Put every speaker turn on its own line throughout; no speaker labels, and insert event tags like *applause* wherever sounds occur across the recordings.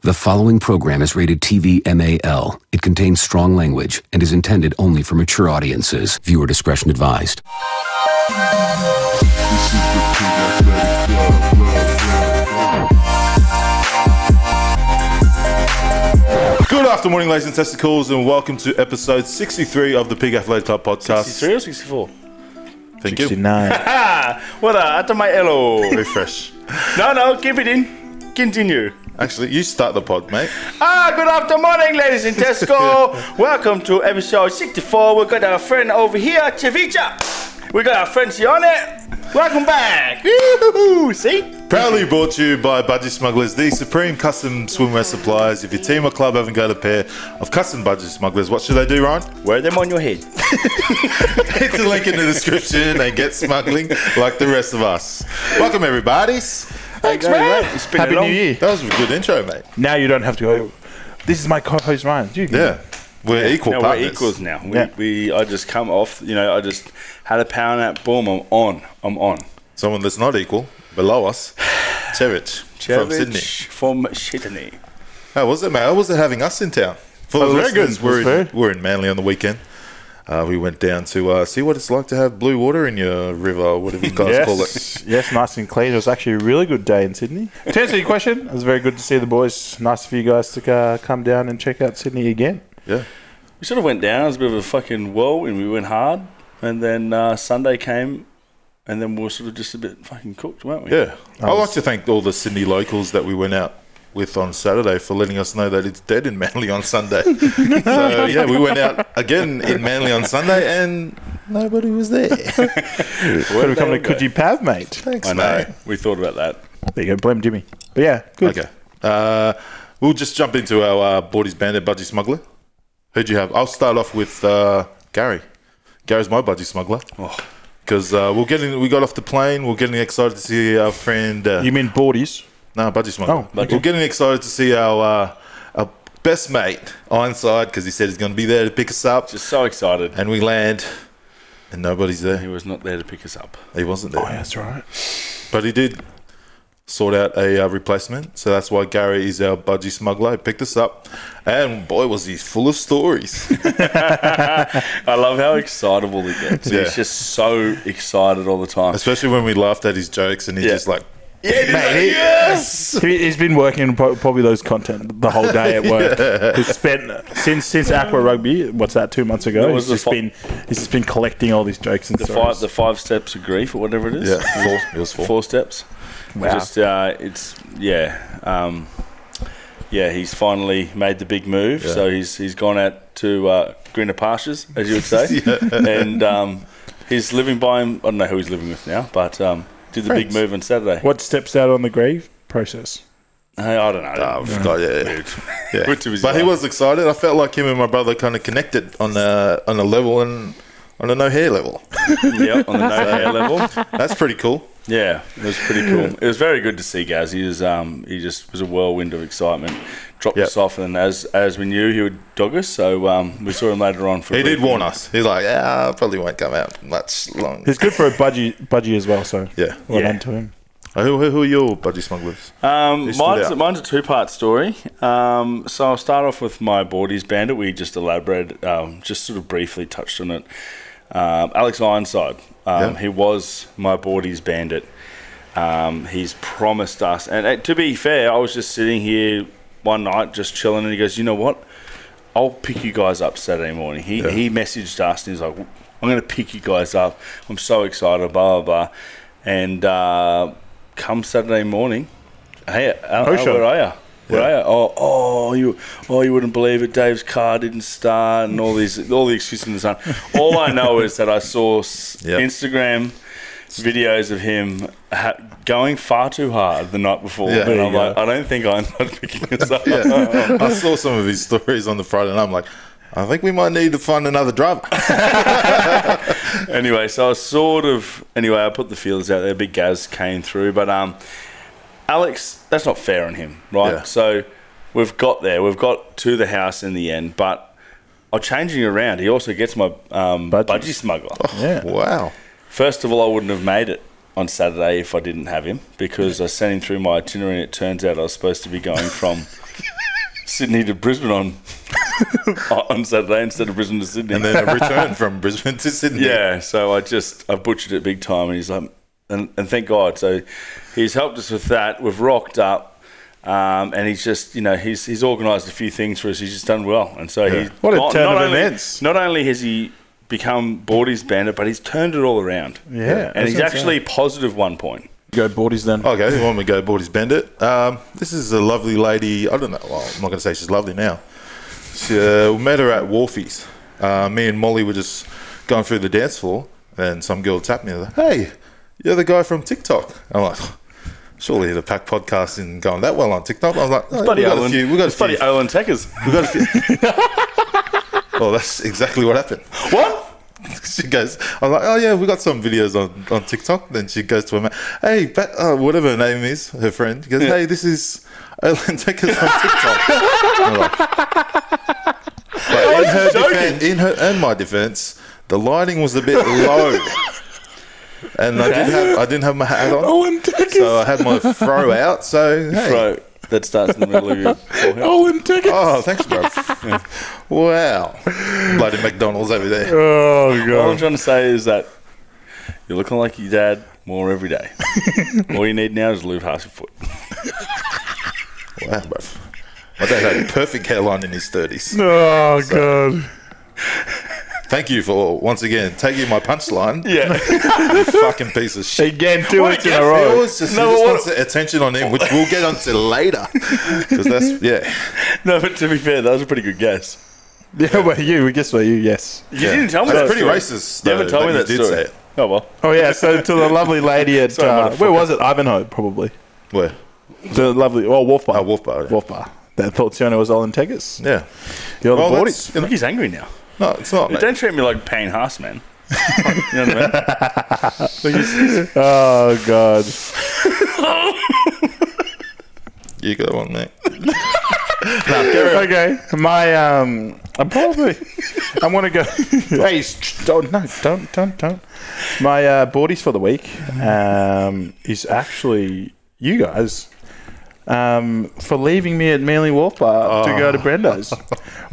The following program is rated TV MAL. It contains strong language and is intended only for mature audiences. Viewer discretion advised.
Good afternoon, ladies and testicles, and welcome to episode 63 of the Pig Athletic Club podcast.
63 or 64?
Thank you.
69.
Ah, voilà, attends my hello.
*laughs* Very fresh.
No, no, keep it in. Continue.
Actually, you start the pod, mate.
Ah, good afternoon, ladies and Tesco. Welcome to episode 64. We've got our friend over here, Cevicha. We got our friend Sione. Welcome back. Yoo-hoo-hoo. See?
Proudly brought to you by Budgie Smugglers, the supreme custom swimwear suppliers. If your team or club haven't got a pair of custom Budgie Smugglers, what should they do, Ryan?
Wear them on your head.
Hit the link in the description and get smuggling like the rest of us. Welcome, everybody. Thanks, man.
been
Happy
a long-
New Year.
That was a good intro, mate.
Mm.
Now you don't have to go. This is my co-host Ryan. You can-
Yeah. We're equal
No,
partners.
we're equals now. We,
Yeah.
we, I just come off, you know, I just had a power nap. Boom, I'm on. I'm on.
Someone that's not equal, below us, Chevich from
Ceviche
Sydney.
From Sydney.
How was it, mate? How was it having us in town? For the
Oh, it was
listeners,
good.
we're
It
in,
was very-
we're in Manly on the weekend. Uh, we went down to uh, see what it's like to have blue water in your river, or whatever you guys call it.
Yes. yes, nice and clean. It was actually a really good day in Sydney. To answer your question, it was very good to see the boys. Nice for you guys to uh, come down and check out Sydney again.
Yeah.
We sort of went down. It was a bit of a fucking whirlwind. We went hard, and then uh, Sunday came, and then we were sort of just a bit fucking cooked, weren't we?
Yeah. I'd like to thank all the Sydney locals that we went out with on Saturday for letting us know that it's dead in Manly on
*laughs*
Sunday. so, yeah, we went out again in Manly on Sunday and nobody was there.
Could have come to
they all
Coogee Pav, mate.
Thanks,
I know.
mate.
We thought about that.
There you go. Blame Jimmy. But yeah, good.
Okay. Uh, we'll just jump into our uh, Bordies Bandit Budgie Smuggler. Who'd you have? I'll start off with uh, Gary. Gary's my budgie smuggler.
Oh.
Because uh, we're getting, we got off the plane. We're getting excited to see our friend. Uh,
You mean boardies?
no, budgie smuggler.
Oh, okay.
We're getting excited to see our, uh, our best mate Ironside because he said he's going to be there to pick us up.
Just so excited.
and we land, and nobody's
He
there.
was not there to pick us up.
He wasn't there,
Oh, yeah, that's right.
but he did sort out a uh, replacement. So that's why Gary is our budgie smuggler. He picked us up, and boy, was he full of stories. *laughs*
I love how excitable he gets.
Yeah.
He's just so excited all the time.
Especially when we laughed at his jokes, and he's
Yeah.
just like,
yeah, he's like,
Mate.
yes.
He, he's been working on pro- probably those content the whole day at work. He's spent since since Aqua Rugby. What's that? Two months ago.
That was
He's
the
just
fi-
been he's just been collecting all these jokes and
The
stories.
five, the five steps of grief or whatever it is.
yeah, four. It was four.
Four steps.
Wow.
Just uh, it's yeah, um, yeah. He's finally made the big move, so he's he's gone out to uh, greener pastures, as you would say, and um, he's living by him. I don't know who he's living with now, but um, did the big
Friends.
move on Saturday.
What steps out on the grave process?
Hey, I don't know.
Oh, I
*laughs*
forgot, yeah, yeah. *laughs* Yeah.
We're too busy
But he
laughing.
was excited. I felt like him and my brother kind of connected on a on a level and on a no hair *laughs* level.
yeah, on the no hair level.
That's pretty cool.
Yeah, it was pretty cool. It was very good to see Gaz. He was um, he just was a whirlwind of excitement. Dropped
Yep.
us off, and as as we knew, he would dog us. So um, we saw him later on. For a
He did
brief-
warn us. He's like, yeah, I probably won't come out much longer.
He's good for a budgie, budgie as well. So
Yeah.
well
Yeah.
done to him.
Uh, Who, who, who are your budgie smugglers?
Um,
stood
mine's,
out.
mine's a two-part story. Um, so I'll start off with my Bordies Bandit. We just elaborated, um, just sort of briefly touched on it. Um, Alex Ironside, um,
Yeah.
he was my Bordies Bandit. Um, he's promised us, and, and to be fair, I was just sitting here one night just chilling, and he goes, "You know what? I'll pick you guys up Saturday morning." He he messaged us, and he's like, "I'm going to pick you guys up. I'm so excited." Blah blah blah, and uh, come Saturday morning, hey, Al, Al,
Ocean.
where are you? Where are you? Oh, oh, you, oh, you wouldn't believe it. Dave's car didn't start, and all these, all the excuses in the sun. All I know is that I saw s
Yep.
Instagram videos of him ha- going far too hard the night before,
Yeah.
and
There
I'm
you
like, I don't think I'm not picking this
*laughs*
up.
Yeah. I saw some of his stories on the Friday, and I'm like, I think we might need to find another driver.
anyway, so I was sort of anyway, I put the feelers out there. Big Gaz came through, but um, Alex, that's not fair on him, right?
Yeah.
So we've got there, we've got to the house in the end, but I'm changing around. He also gets my um, budgie.
Budgie.
smuggler.
Yeah.
Wow.
First of all, I wouldn't have made it
*laughs*
on Saturday if I didn't have him because I sent him through my itinerary, and it turns out I was supposed to be going from Sydney to Brisbane on *laughs* on Saturday instead of Brisbane to Sydney.
and then a return from Brisbane to Sydney.
Yeah, so I just I butchered it big time, and he's like, and, and thank God. So he's helped us with that. We've rocked up, um, and he's just you know he's he's organised a few things for us. He's just done well, and so he's
What a
gone-
turn
not
of
only,
events.
Not only has he become Bordy's bandit, but he's turned it all around.
Yeah,
and
that's
he's actually positive one point.
Go boardies then.
Okay, why don't we go Bordy's Bandit? Um, this is a lovely lady. I don't know. Well, I'm not going to say she's lovely now. She, uh, we met her at Wharfies. Uh, me and Molly were just going through the dance floor, and some girl tapped me. Like, hey, you're the guy from TikTok. I'm like, surely the Pack podcast isn't going that well on TikTok. I was like, oh,
Buddy
we got
Owen,
a few. We got a
it's Buddy
few.
Owen Techers.
We got a few. well, that's *laughs* exactly what happened.
*laughs* what?
*laughs* she goes, I'm like, oh yeah, we got some videos on, on TikTok. Then she goes to her mate, hey, ba- uh, whatever her name is, her friend, she goes, hey, this is Ellen Deckers on TikTok. *laughs* I'm like- but in her, defen- in her and my defense, the lighting was a bit low. And I didn't have I didn't have my hat on,
Owen Deckers.
so I had my throw out. So hey,
Bro, that starts in the middle
*laughs*
of your forehead.
Owen Deckers.
oh thanks, bro. Wow, bloody McDonald's over there.
Oh
All I'm
god.
trying to say is that you're looking like your dad more every *laughs* day. All you need now is Lou Hasselfoot.
Wow, bro. My dad had a perfect hairline in his thirties.
Oh god.
Thank you for once again taking my punchline.
Yeah.
*laughs* you fucking piece of shit.
Again, two
What a
weeks in a
guess,
He
row.
always just, he
No,
just
what-
wants the attention on him, which we'll get onto
*laughs*
later. Because that's yeah.
*laughs* no, but to be fair, that was a pretty good guess.
Yeah, well, you. We guess what you. Yes.
You
Yeah.
didn't tell me
That's
that.
pretty
story.
racist,
You
though,
haven't told
that
me
you
that
did
story.
say it.
Oh well.
Oh yeah. So to the lovely *laughs* lady at
Sorry,
uh, where
motherfucker.
was it? Ivanhoe, probably.
Where?
The lovely. Oh, Wolf Bar.
Oh, Wolf Bar, yeah.
Wolf Bar. That thought Tiona was Owen Deckers.
Yeah.
You're
Well,
the
that's,
boardies.
you
Look,
know,
he's angry now.
no, it's not. mate.
Don't treat me like Payne Haas, man. you know what I mean?
*laughs* Oh god.
You go on,
*laughs*
mate.
okay. My um. I'm probably. I want to go. *laughs* hey, sh- don't no, don't don't don't. My uh, boardies for the week um is actually you guys. Um, for leaving me at Manly Wharf Bar to go to *laughs* Brenda's.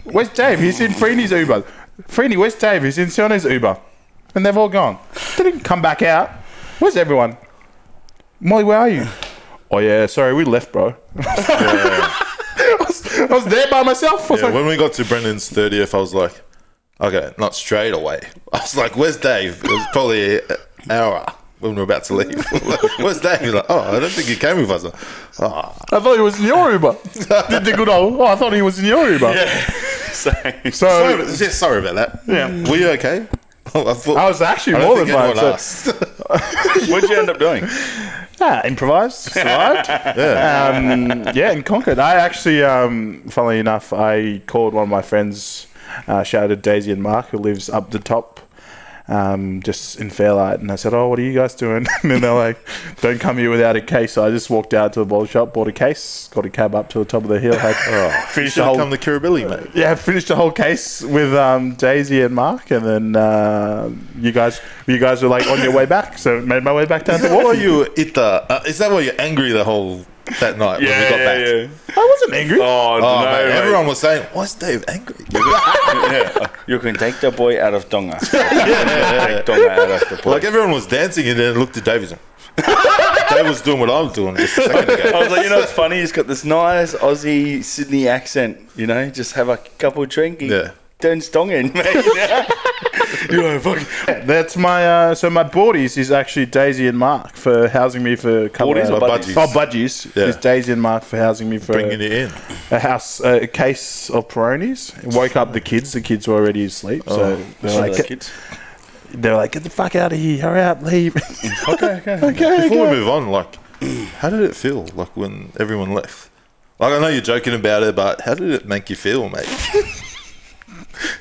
Where's Dave? He's in Freeney's Uber. Freeney, where's Dave? He's in Siona's Uber. And they've all gone. They didn't come back out. Where's everyone? Molly, where are you? *sighs* Oh, yeah, sorry, we left, bro. *laughs* I, was, I was there by myself. I was
Yeah,
like,
when we got to Brendan's 30th, I was like, okay, not straight away. *laughs* I was like, where's Dave? It was probably an hour when we were about to leave. *laughs* where's Dave? He's like, oh, I don't think he came with us. Oh,
I thought he was in your *laughs* Uber. Did the good old, oh, I thought he was in your Uber.
*laughs* So,
So
sorry, about- yeah, sorry about that.
Yeah.
Were you okay? *laughs* I, thought,
I was actually
I don't
more
think
than fine.
anyone
So,
asked.
*laughs*
what'd you end up *laughs* doing?
ah, improvised, survived. yeah. Um, yeah, and conquered. I actually, um, funnily enough, I called one of my friends, uh, shout out to Daisy and Mark, who lives up the top. Um, just in Fairlight, and I said, "Oh, what are you guys doing?" *laughs* and then they're like, "Don't come here without a case." So I just walked out to the bottle shop, bought a case, got a cab up to the top of the hill, had finished the
Should
whole
come to Kirribilli, mate.
*laughs* yeah, finished the whole case with um, Daisy and Mark, and then uh, you guys, you guys were like on your way back, so made my way back down to
What were
Wharfie.
you at the? Uh, is that why you're angry the whole that night when we got back?
I wasn't angry.
Oh,
Oh,
no,
mate,
mate.
everyone was saying, "Why is Dave angry?" *laughs*
yeah. You can take the boy out of *laughs* Donga. Take Donga out of the boy.
like everyone was dancing, and then looked at Davidson. *laughs* Dave was doing what I was doing just a second
*laughs*
ago.
I was like, you know what's funny? He's got this nice Aussie Sydney accent, you know, just have a couple drink. He
Yeah.
Turns dong in, mate. you know, fucking.
That's my uh, so my boardies is actually Daisy and Mark for housing me for a couple
Boardies
of,
or
budgies?
Oh, budgies
Yeah.
is Daisy and Mark for housing me for
Bringing
a,
it in.
a house a case of Peronis. Woke up the kids. The kids were already asleep,
Oh,
so they're
Like
like,
it.
they're like, "Get the fuck out of here! Hurry up, leave." *laughs*
Okay, okay.
okay,
Before we
okay.
move on, like, how did it feel like when everyone left? Like, I know you're joking about it, but how did it make you feel, mate? *laughs*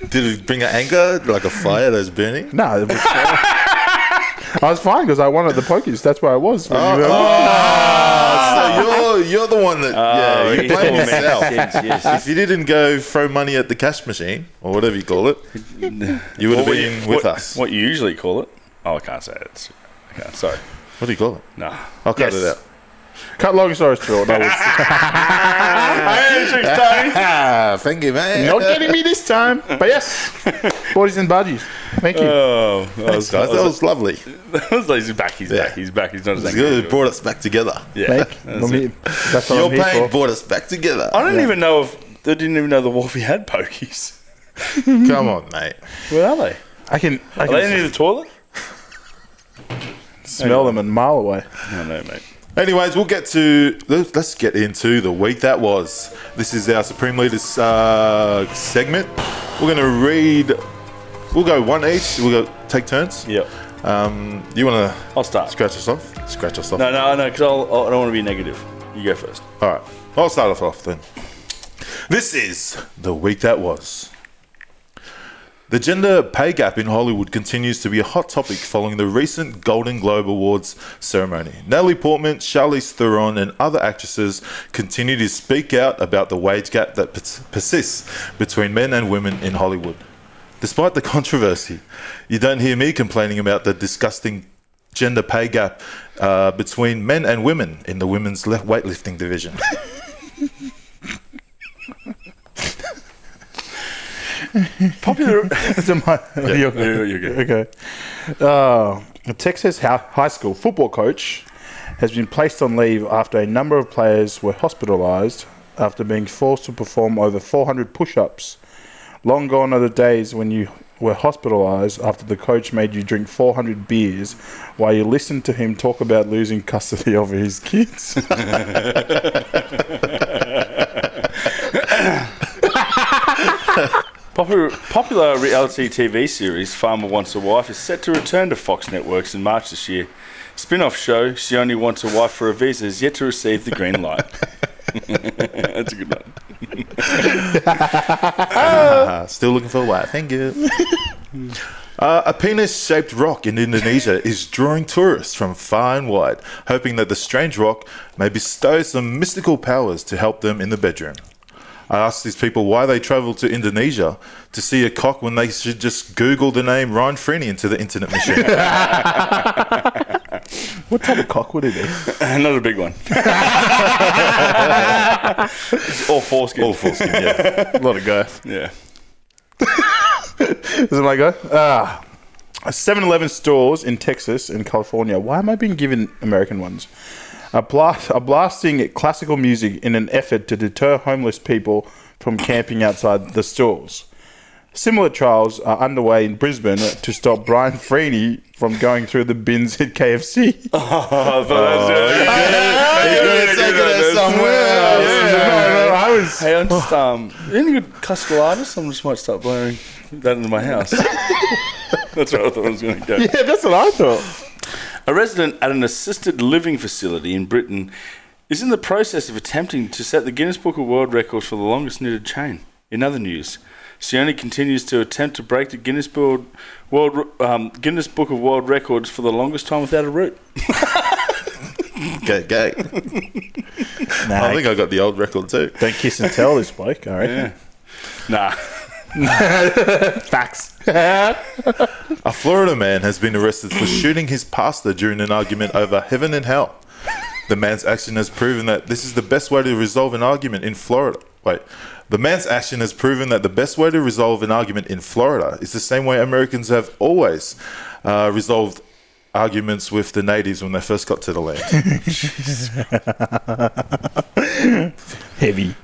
did it bring an anger, like a fire that's burning?
No, it was, I was fine because *laughs* I won at the pokies. That's where I was. when you
Oh,
were-
So you're you're the one that yeah, you
he's
blame
all mad
yourself.
Oh, kids, yes.
if you didn't go throw money at the cash machine or whatever you call it, you would have
What
been
you-
with
what-
us. What,
What you usually call it? Oh, I can't say it. It's- Okay, sorry.
do you call it?
Nah.
I'll cut
Yes.
it out.
Cut long story short,
*laughs*
I was
Ah, thank you, man.
not getting me this time. But yes, boardies and budgies. Thank you.
Oh, that
Thanks,
was,
guys. That was lovely.
*laughs* that was like, he's back. He's
Yeah.
back. He's back. He's not as
It's
angry.
good. It brought us back together.
Yeah,
Mate,
*laughs* that's
I'm
it.
here- that's what
Your
I'm here
pain
for.
brought us back together.
I don't even know if I didn't even know the Wharfie had pokies.
Come on, mate.
Where are they?
I can, I
Are they
can
in the toilet?
smell them a mile
*laughs*
away.
No, no, mate.
Anyways, we'll get to let's let's get into the week that was. This is our Supreme Leaders uh, segment. We're gonna read. We'll go one each. We'll go take turns.
Yep.
Um, you wanna
I'll start.
scratch us off? Scratch us off.
No, no, no, because I don't want to be negative. You go first.
All right. I'll start us off then. This is the week that was. The gender pay gap in Hollywood continues to be a hot topic following the recent Golden Globe Awards ceremony. Natalie Portman, Charlize Theron, and other actresses continue to speak out about the wage gap that pers- persists between men and women in Hollywood. Despite the controversy, you don't hear me complaining about the disgusting gender pay gap uh, between men and women in the women's le- weightlifting division.
*laughs* Popular.
*laughs*
you're good.
you're good.
Okay. Uh, a Texas hou- high school football coach has been placed on leave after a number of players were hospitalized after being forced to perform over 400 push ups. Long gone are the days when you were hospitalized after the coach made you drink 400 beers while you listened to him talk about losing custody of his
*laughs*
kids.
Popular, popular reality TV series Farmer Wants a Wife is set to return to Fox Networks in March this year. Spin off show She Only Wants a Wife for a Visa is yet to receive the green *laughs* light. That's a good one. *laughs*
Uh, still looking for a wife. Thank you. Uh, a penis shaped rock in Indonesia is drawing tourists from far and wide, hoping that the strange rock may bestow some mystical powers to help them in the bedroom. I asked these people why they travel to Indonesia to see a cock when they should just Google the name Ryan Freeney into the internet machine.
what type of cock would it be?
Another big one. *laughs* All foreskin.
All foreskin, yeah.
A lot of guys.
Yeah.
Is it my go? Ah. 7 Eleven stores in Texas and California. Why am I being given American ones? Are, blast, are blasting classical music in an effort to deter homeless people from camping outside the stores. Similar trials are underway in Brisbane to stop Brian Freeney from going through the bins at KFC.
Oh, that's
No, no, *laughs* I was.
Hey, I'm just um, any good classical artist. I'm just might start blaring that into my *laughs* house. That's where I thought I was going to go.
Yeah, that's what I thought.
A resident at an assisted living facility in Britain is in the process of attempting to set the Guinness Book of World Records for the longest knitted chain. In other news, Sione continues to attempt to break the Guinness World, World um, Guinness Book of World Records for the longest time without a root.
Gay, gay.
Nah,
I think I got the old record too.
don't kiss and tell this bloke, all right?
Nah.
Facts.
A Florida man has been arrested *clears throat* for shooting his pastor during an argument over heaven and hell. The man's action has proven that this is the best way to resolve an argument in Florida. Wait. The man's action has proven that the best way to resolve an argument in Florida is the same way Americans have always uh, resolved arguments with the natives when they first got to the land.
Heavy.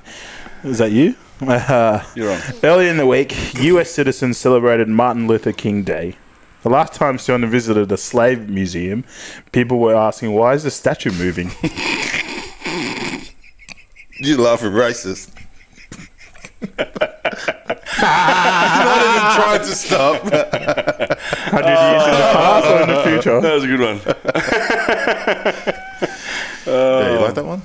Is that you? *laughs* Uh,
You're on.
Earlier in the week, US citizens celebrated Martin Luther King Day. The last time Stone visited a slave museum, people were asking, why is the statue moving?
*laughs* you laughing *laughs* racist. You're not even trying to stop.
Hundred years in the past or in the future?
*laughs* That was a good one.
Yeah, you like that one?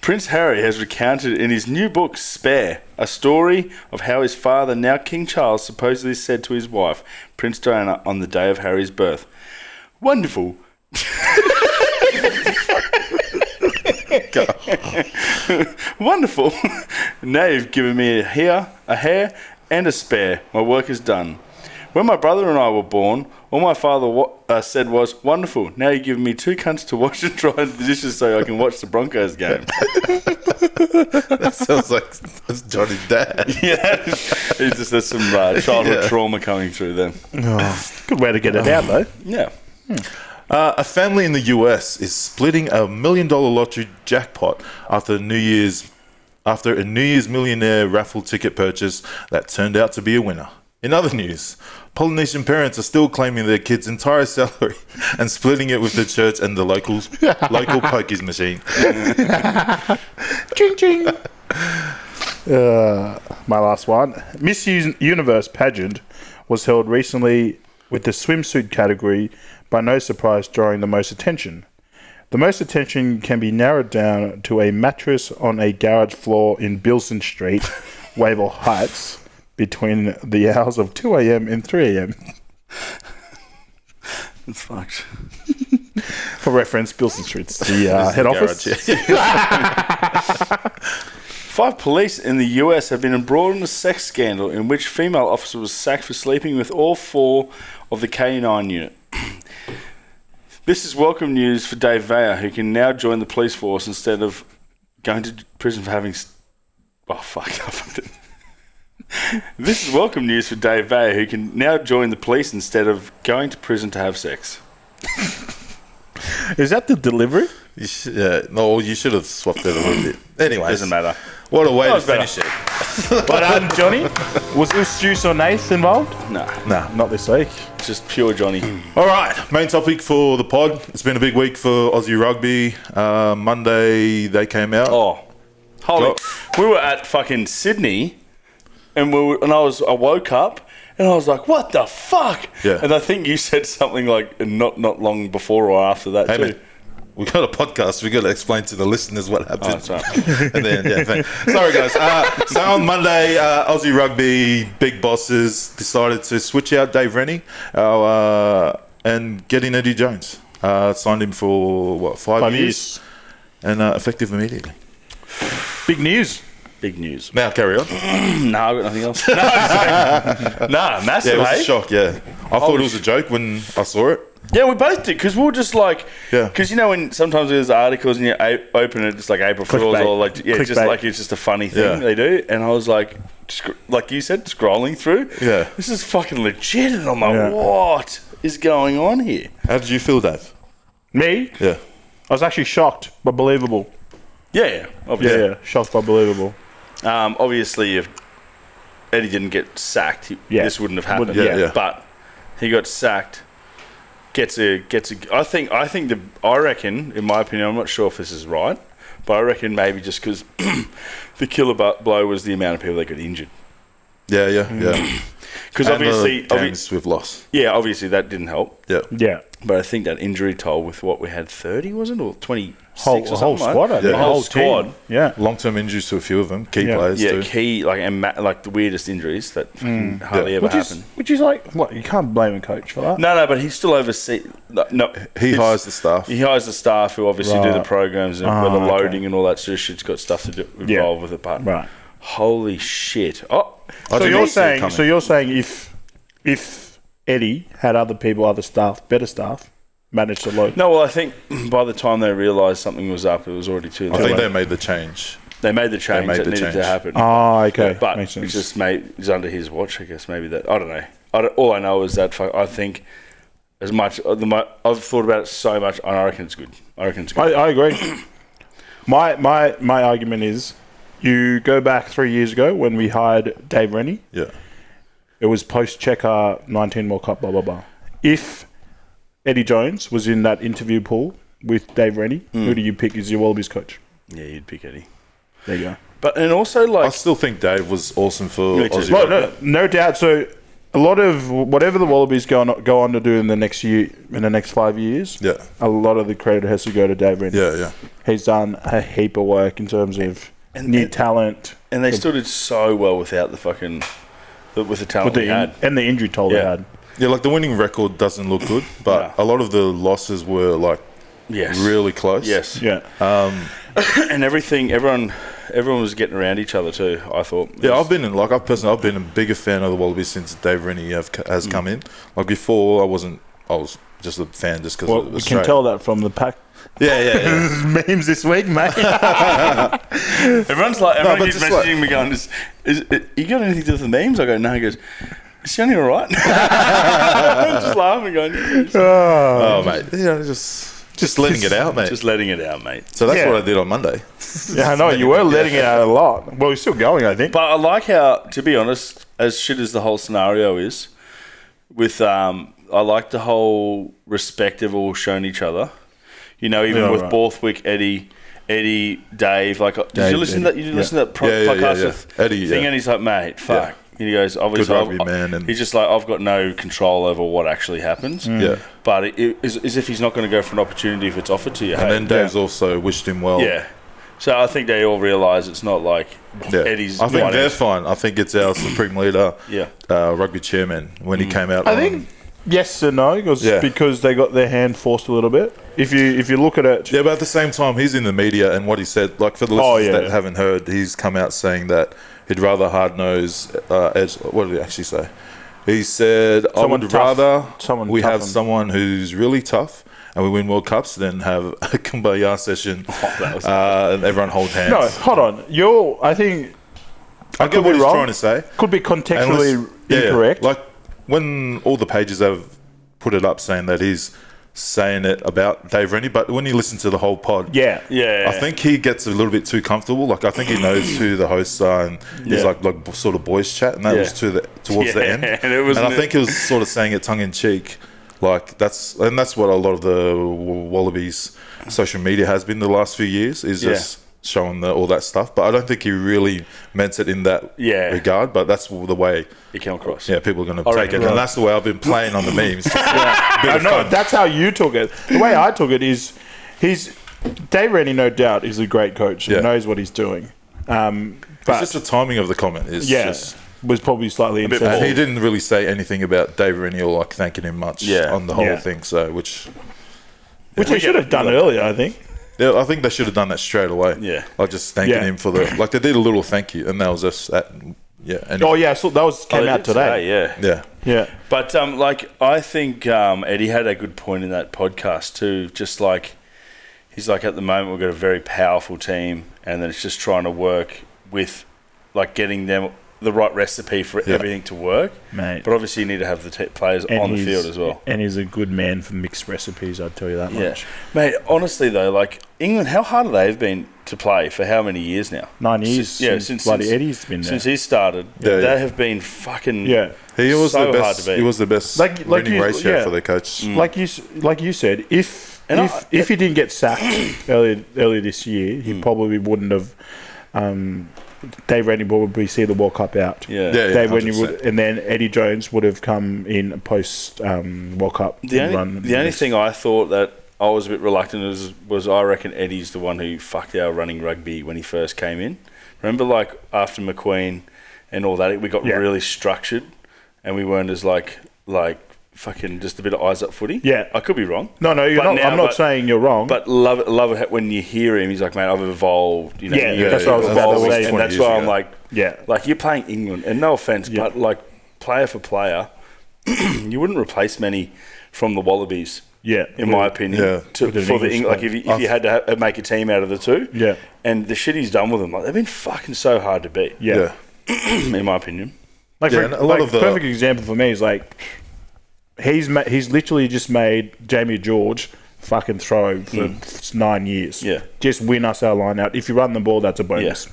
Prince Harry has recounted in his new book Spare a story of how his father, now King Charles, supposedly said to his wife, Prince Diana, on the day of Harry's birth, Wonderful. *laughs* Wonderful. now you've given me a hair, a hair, and a spare. My work is done. When my brother and I were born, all my father wa- uh, said was, "Wonderful. Now you're giving me two cunts to wash and dry the dishes so I can watch the Broncos game."
That *laughs* sounds like that's Johnny's dad.
*laughs* yeah, it's just there's some uh, childhood trauma coming through there.
Good way to get it out, though.
Yeah.
Uh, a family in the US is splitting a million dollar lottery jackpot after New Year's after a New Year's millionaire raffle ticket purchase that turned out to be a winner. In other news, Polynesian parents are still claiming their kid's entire salary *laughs* and splitting it with the church and the
*laughs*
locals local pokies machine.
Ching, ching. *laughs* Uh, my last one. Miss Un- Universe pageant was held recently with the swimsuit category, by no surprise, drawing the most attention. The most attention can be narrowed down to a mattress on a garage floor in Bilson *laughs* Street, Wavell Heights, between the hours of 2 a.m. and 3 a.m.
It's fucked.
For reference, Bilson Street's the
*laughs*
uh, head office.
Five police in the US have been embroiled in a sex scandal in which female officer was sacked for sleeping with all four of the K9 unit. *clears throat* this is welcome news for Dave Veyer, who can now join the police force instead of going to prison for having. s oh, fuck. *laughs* I fucked it. this is welcome news for Dave Veyer, who can now join the police instead of going to prison to have sex.
Is that the delivery?
You sh- yeah, no, you should have swapped it a little bit. Anyway,
Doesn't matter.
What a way to
was better.
finish it.
But um, Johnny, was this juice or Nath involved?
No,
Nah, not this week.
just pure Johnny.
All right, main topic for the pod. It's been a big week for Aussie rugby. Uh, Monday they came out.
Oh, holy!
Oh.
We were at fucking Sydney, and we were, and I was I woke up and I was like, "What the fuck?"
Yeah.
And I think you said something like not not long before or after that
Hey,
too.
man, we got a podcast. We got to explain to the listeners what happened.
Oh,
*laughs*
that's right.
and then, yeah, thank- sorry guys. Uh, so on Monday, uh, Aussie Rugby big bosses decided to switch out Dave Rennie our, uh, and get in Eddie Jones. Uh, signed him for what five,
Five
years,
years.
and uh, effective immediately.
Big news.
Big news. *clears throat*
Now carry on.
no, I got nothing else.
*laughs*
*laughs* no, nah,
Yeah,
massive.
it was
eh?
a shock. Yeah, I thought it was a joke when I saw it.
Yeah, we both did because we were just like,
Yeah.
Because you know when sometimes there's articles and you a- open it, it's like April Fools
Clickbait.
or like yeah, just
Clickbait.
like it's just a funny thing
Yeah.
they do. And I was like, sc- like you said, scrolling through.
Yeah.
this is fucking legit. And I'm like,
Yeah.
what is going on here?
How did you feel, Dave?
Me?
Yeah.
I was actually shocked, but believable.
Yeah, yeah,
Yeah,
obviously.
shocked but believable.
Um, obviously, if Eddie didn't get sacked, he,
Yeah.
this wouldn't have happened.
Wouldn't- yeah.
Yeah, yeah.
But he got sacked. Gets a gets a. I think I think the I reckon in my opinion I'm not sure if this is right, but I reckon maybe just because *clears throat* the killer bu- blow was the amount of people that got injured.
Yeah, yeah, yeah.
Because
And the
obviously, obvi-
games we've lost.
yeah, obviously that didn't help.
Yeah.
Yeah.
But I think that injury toll with what we had thirty wasn't it? or twenty six
Whole,
or
a
something
whole
like-
squad, I think.
Yeah.
the whole,
Whole team.
squad.
Yeah.
Long-term injuries to a few of them, key
Yeah.
players
Yeah,
too.
key like and ma- like the weirdest injuries that fucking hardly ever
Mm. Which
happen.
is, which is like, what? You can't blame a coach for that.
No, no, but he's still overseas. No, no,
He
it's-
hires the staff.
He hires the staff who obviously do the
Right.
programs and where the
okay.
loading and all that sort of shit's got stuff to do involved
Yeah.
with it. But
Right.
holy shit! Oh,
I
So
did not
you're
see it
saying,
coming.
so you're saying if if Eddie had other people, other staff, better staff, managed to load.
no, well, I think *clears throat* by the time they realised something was up, it was already too
I
late.
think they made the change.
they made the change
made
that
the
needed to
change.
happen.
Oh, okay.
but
Makes sense.
it's just made it's under his watch, I guess. Maybe that I don't know. I don't- all I know is that fu- I think as much uh, the mu- I've thought about it so much, and I reckon it's good. I reckon it's good.
I, I agree. my my my argument is, you go back three years ago when we hired Dave Rennie.
Yeah.
It was post checker nineteen World Cup. Blah blah blah. If Eddie Jones was in that interview pool with Dave Rennie,
Hmm.
who do you pick as your Wallabies coach?
yeah, you'd pick Eddie.
There you go.
But and also
I
like
still think Dave was awesome for
Me too.
Aussie
Well,
Well,
rugby.
no, no doubt. So a lot of whatever the Wallabies go on, go on to do in the next year, in the next five years,
Yeah.
a lot of the credit has to go to Dave Rennie.
Yeah, yeah.
he's done a heap of work in terms of
And-
new
and-
talent.
And they still did so well without the fucking the, with the talent
With the
we
in,
had.
and the injury toll they
Yeah.
had.
Yeah, like the winning record doesn't look
*clears throat*
good, but a
No.
lot of the losses were like
Yes,
really close. Uh,
Yes,
Yeah.
and everything. Everyone, everyone was getting around each other too. I thought. It
Yeah,
was-
I've been in, like I've personally I've been a bigger fan of the Wallabies since Dave Rennie have, co-
Mm.
has come in. Like before, I wasn't. I was just a fan just because.
Well, we can tell that from the pack
*laughs* Yeah, yeah, yeah.
*laughs*
*laughs* memes this week, mate.
Everyone's like, everyone
but
keeps
just like-
messaging me going, is, is, you got anything to do with the memes? I go, no. He goes, is Johnny all right? *laughs* I'm just laughing, going, just,
oh, mate. Yeah, just just letting it out, mate.
just letting it out, mate.
so that's
yeah.
what I did on Monday.
yeah, I know you were letting it out a lot. Well, you're still going, I think.
But I like how, to be honest, as shit as the whole scenario is, with um, I like the whole respect they've all shown each other. You know, even
Yeah,
with
right.
Borthwick, Eddie, Eddie, Dave. Like, did you listen to that? You did listen to that pro-
Yeah, yeah, yeah,
podcast
yeah.
with
Eddie,
thing?
yeah.
And he's like, mate, fuck. And he goes, obviously,
Good rugby
I've-
man and- Mm.
he's just like, I've got no control over what actually happens.
Yeah.
But it, it is as if he's not going to go for an opportunity if it's offered to you.
And
hey?
then Dave's also wished him well.
yeah. So I think they all realise it's not like
Yeah.
Eddie's.
I think
right
they're
answer.
fine. I think it's our supreme leader,
Yeah.
uh, rugby chairman, when he came out.
I
on-
think yes and no, because
Yeah.
because they got their hand forced a little bit. If you if you look at it,
Yeah, but at the same time, he's in the media, and what he said, like for the
Oh,
listeners
yeah.
that haven't heard, he's come out saying that he'd rather hard nose uh, edge. What did he actually say? He said,
Someone
"I would
tough.
rather
Someone
we
tough
have
and-
someone who's really tough." And we win World Cups, then have a *laughs* kumbaya session,
that was-
uh, and everyone hold hands.
Oh, no, hold on. You're I think
I get what
could be
he's
wrong.
trying to say.
could be
And let's-
contextually
yeah,
incorrect.
Like when all the pages have put it up saying that he's saying it about Dave Rennie, but when you listen to the whole pod,
yeah,
Yeah.
I think he gets a little bit too comfortable. Like I think he knows who the hosts are, and he's
Yeah.
like like b- sort of boys chat, and that
Yeah.
was to the towards the
Yeah,
end.
and *laughs* it was-
I think he was sort of saying it tongue in cheek, like that's and that's what a lot of the Wa- Wallabies social media has been the last few years is
Yeah.
just showing the, all that stuff. But I don't think he really meant it in that
Yeah.
regard. But that's the way.
He came across.
Yeah, people are going to
I
take it,
reckon-
and that's the way I've been playing on the
*laughs*
memes. Bit
I
of
know
fun.
that's how you took it. The way I took it is, he's Dave Rennie, no doubt, is a great coach and
Yeah.
knows what he's doing. Um, but
it's just the timing of the comment. Is
yeah,
just,
was probably slightly
bit
insensitive.
And he didn't really say anything about Dave Rennie or like thanking him much
Yeah.
on the whole
Yeah.
thing. So, which
which he should have done earlier, I think.
yeah, I think they should have done that straight away.
Yeah.
like just thanking
Yeah.
him for the like they did a little thank you, and that was just that. Yeah, and
Oh yeah, so that was
Oh,
came
they
out
did
today.
Yeah.
yeah,
Yeah,
But um, like I think um, Eddie had a good point in that podcast too. Just like he's like at the moment we've got a very powerful team, and then it's just trying to work with like getting them the right recipe for everything to work.
Mate.
But obviously you need to have the t- players
And
on the
he's-
field as well.
And he's a good man for mixed recipes. I'd tell you that
Yeah,
much.
mate. Honestly though, like England, how hard have they been to play for how many years now?
Nine
Si-
years. since, bloody Eddie's been there.
since he started.
Yeah,
they
yeah.
have been fucking
yeah,
he was
so
the
hard
best.
to beat.
He was the best
Like- like
winning
you-
ratio
yeah. Mm,
for their coach.
like you s- like you said, if
Mm. And
if
I- Mm.
if he didn't get
*coughs*
sacked earlier earlier this year, he probably wouldn't have. Um, Dave Rennie would probably see the World Cup out.
yeah.
Yeah,
Dave Rennie would,
100%.
and then Eddie Jones would have come in post um, World Cup
The
and
only,
run.
the only thing I thought that I was a bit reluctant was, was I reckon Eddie's the one who fucked our running rugby when he first came in. Remember, like after McQueen and all that, we got
Yeah.
really structured, and we weren't as like like fucking just a bit of eyes up footy.
Yeah.
I could be wrong.
No, no, you're
But
not.
now-
I'm not
but-
saying you're wrong.
But love it, love it when you hear him. He's like, man, I've evolved. You know,
Yeah,
you
that's
know,
what I was about to
evolved,"
say.
And
20
that's
years
why I'm
ago.
like,
Yeah.
like you're playing England, and no offense,
Yeah.
but like player for player, *clears throat* you wouldn't replace many from the Wallabies.
Yeah.
in my opinion,
Yeah.
to,
With an
for the
English
Eng- like if you, if you had to ha- make a team out of the two,
Yeah.
and the shit he's done with them, like they've been fucking so hard to beat.
yeah.
yeah.
*clears throat* in my opinion.
Like,
Yeah,
for,
and a lot
like,
of the-
perfect example for me is like he's ma- he's literally just made Jamie George fucking throw for
Hmm.
nine years.
Yeah.
just win us our line out. If you run the ball, that's a bonus.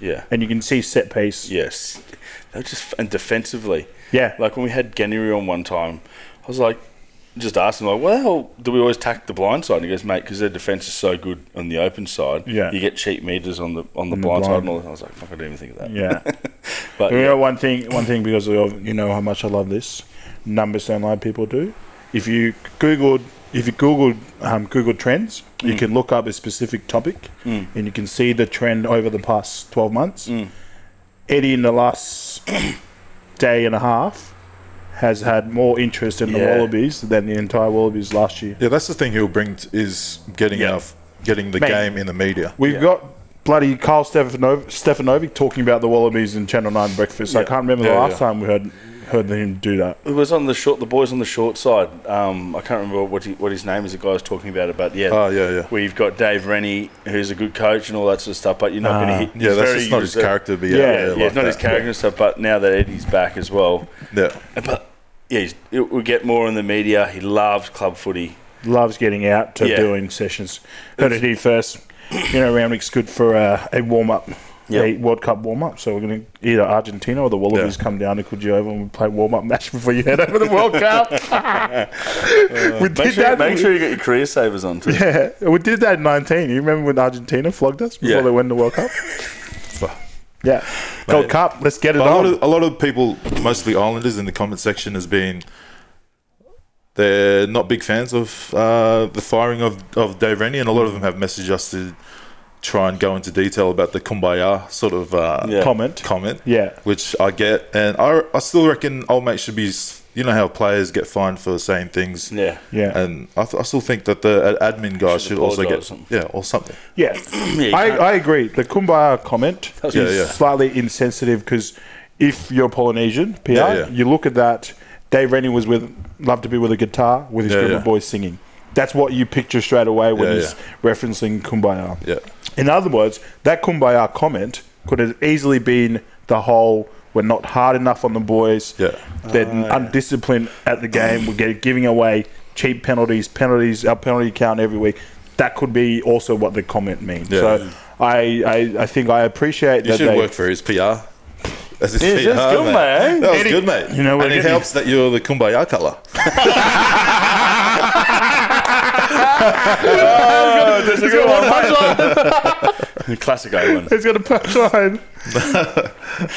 Yeah.
And you can see set piece.
Yes, they're just and defensively.
Yeah.
like when we had Ganiri on one time, I was like, just asked him like, "Why the hell do we always tack the blind side?" And he goes, "Mate, because their defense is so good on the open side.
Yeah.
you get cheap meters on the on the
the
blind, side." And
blind.
all that. I was like, "Fuck, I didn't even think of that."
Yeah.
*laughs* but
you know one thing. One thing because of, you know how much I love this. Numbers don't lie. People do. If you googled, if you googled um, Google Trends,
Mm.
you can look up a specific topic, and you can see the trend over the past twelve months.
Mm.
Eddie in the
*coughs*
last day and a half has had more interest in the
Yeah.
Wallabies than the entire Wallabies last year.
yeah, that's the thing he'll bring t- is getting
Yeah.
our f- getting the
Mate.
game in the media.
We've got bloody Kyle Stefanov- Stefanovic talking about the Wallabies in Channel 9 breakfast. I
Yeah.
can't remember the
Yeah,
last
yeah.
time we heard, heard him do that.
It was on the short. The boys on the short side. Um, I can't remember what he, what his name is. The guy I was talking about it, but yeah.
Oh, yeah, yeah.
We've got Dave Rennie, who's a good coach and all that sort of stuff. But you're not
Ah.
going to hit.
Yeah,
he's
that's
very-
just not his
he's a-
character. But yeah,
Yeah,
yeah,
Yeah,
like
it's not his
that.
character and stuff. But now that Eddie's back as well,
Yeah.
but yeah, he's, it, we get more in the media. He loves club footy.
Loves getting out to
Yeah.
doing sessions. Heard it here first. You know, round week's good for uh, a warm up, a World Cup warm up. So we're going to either Argentina or the Wallabies
Yeah.
come down to Kujaova and we play warm up match before you head over to the World
*laughs*
Cup. we
Uh,
did
Make sure,
that.
make
*laughs*
sure you got your career savers on too.
we did that in 19. You remember when Argentina flogged us before
Yeah.
they won the
*laughs*
World Cup? yeah. Gold Cup. Let's get it
But a lot
on.
of a lot of people, mostly Islanders, in the comment section has been they're not big fans of uh, the firing of of Dave Rennie, and a lot of them have messaged us to try and go into detail about the kumbaya sort of uh,
Yeah.
Comment.
comment,
Yeah.
which I get, and I I still reckon old mate should be. s- You know how players get fined for saying things,
Yeah.
Yeah.
and I, th- I still think that the uh, admin guy should, also
apologise
get
or something.
yeah or something.
Yeah,
*clears throat*
you
I,
can't-
I agree. The kumbaya comment is
Yeah, yeah.
slightly insensitive because if you're Polynesian, PR,
Yeah, yeah.
you look at that. Dave Rennie was with loved to be with a guitar with his
Yeah,
group
yeah.
of boys singing. That's what you picture straight away when
Yeah,
he's referencing kumbaya.
Yeah.
In other words, that kumbaya comment could have easily been the whole "we're not hard enough on the boys."
Yeah.
they're undisciplined at the game. We're get- giving away cheap penalties, penalties, our penalty count every week. That could be also what the comment means.
Yeah.
So I, I, I think I appreciate
You
that.
should
they,
work for his PR. That's his
Yeah, that's good, mate.
That was
Eddie-
good, mate.
You know what,
and it
Eddie?
helps that you're the kumbaya
*laughs*
color.
Oh,
*laughs*
that's a good one. *laughs* Classic
*laughs*
Owen.
He's got a punchline.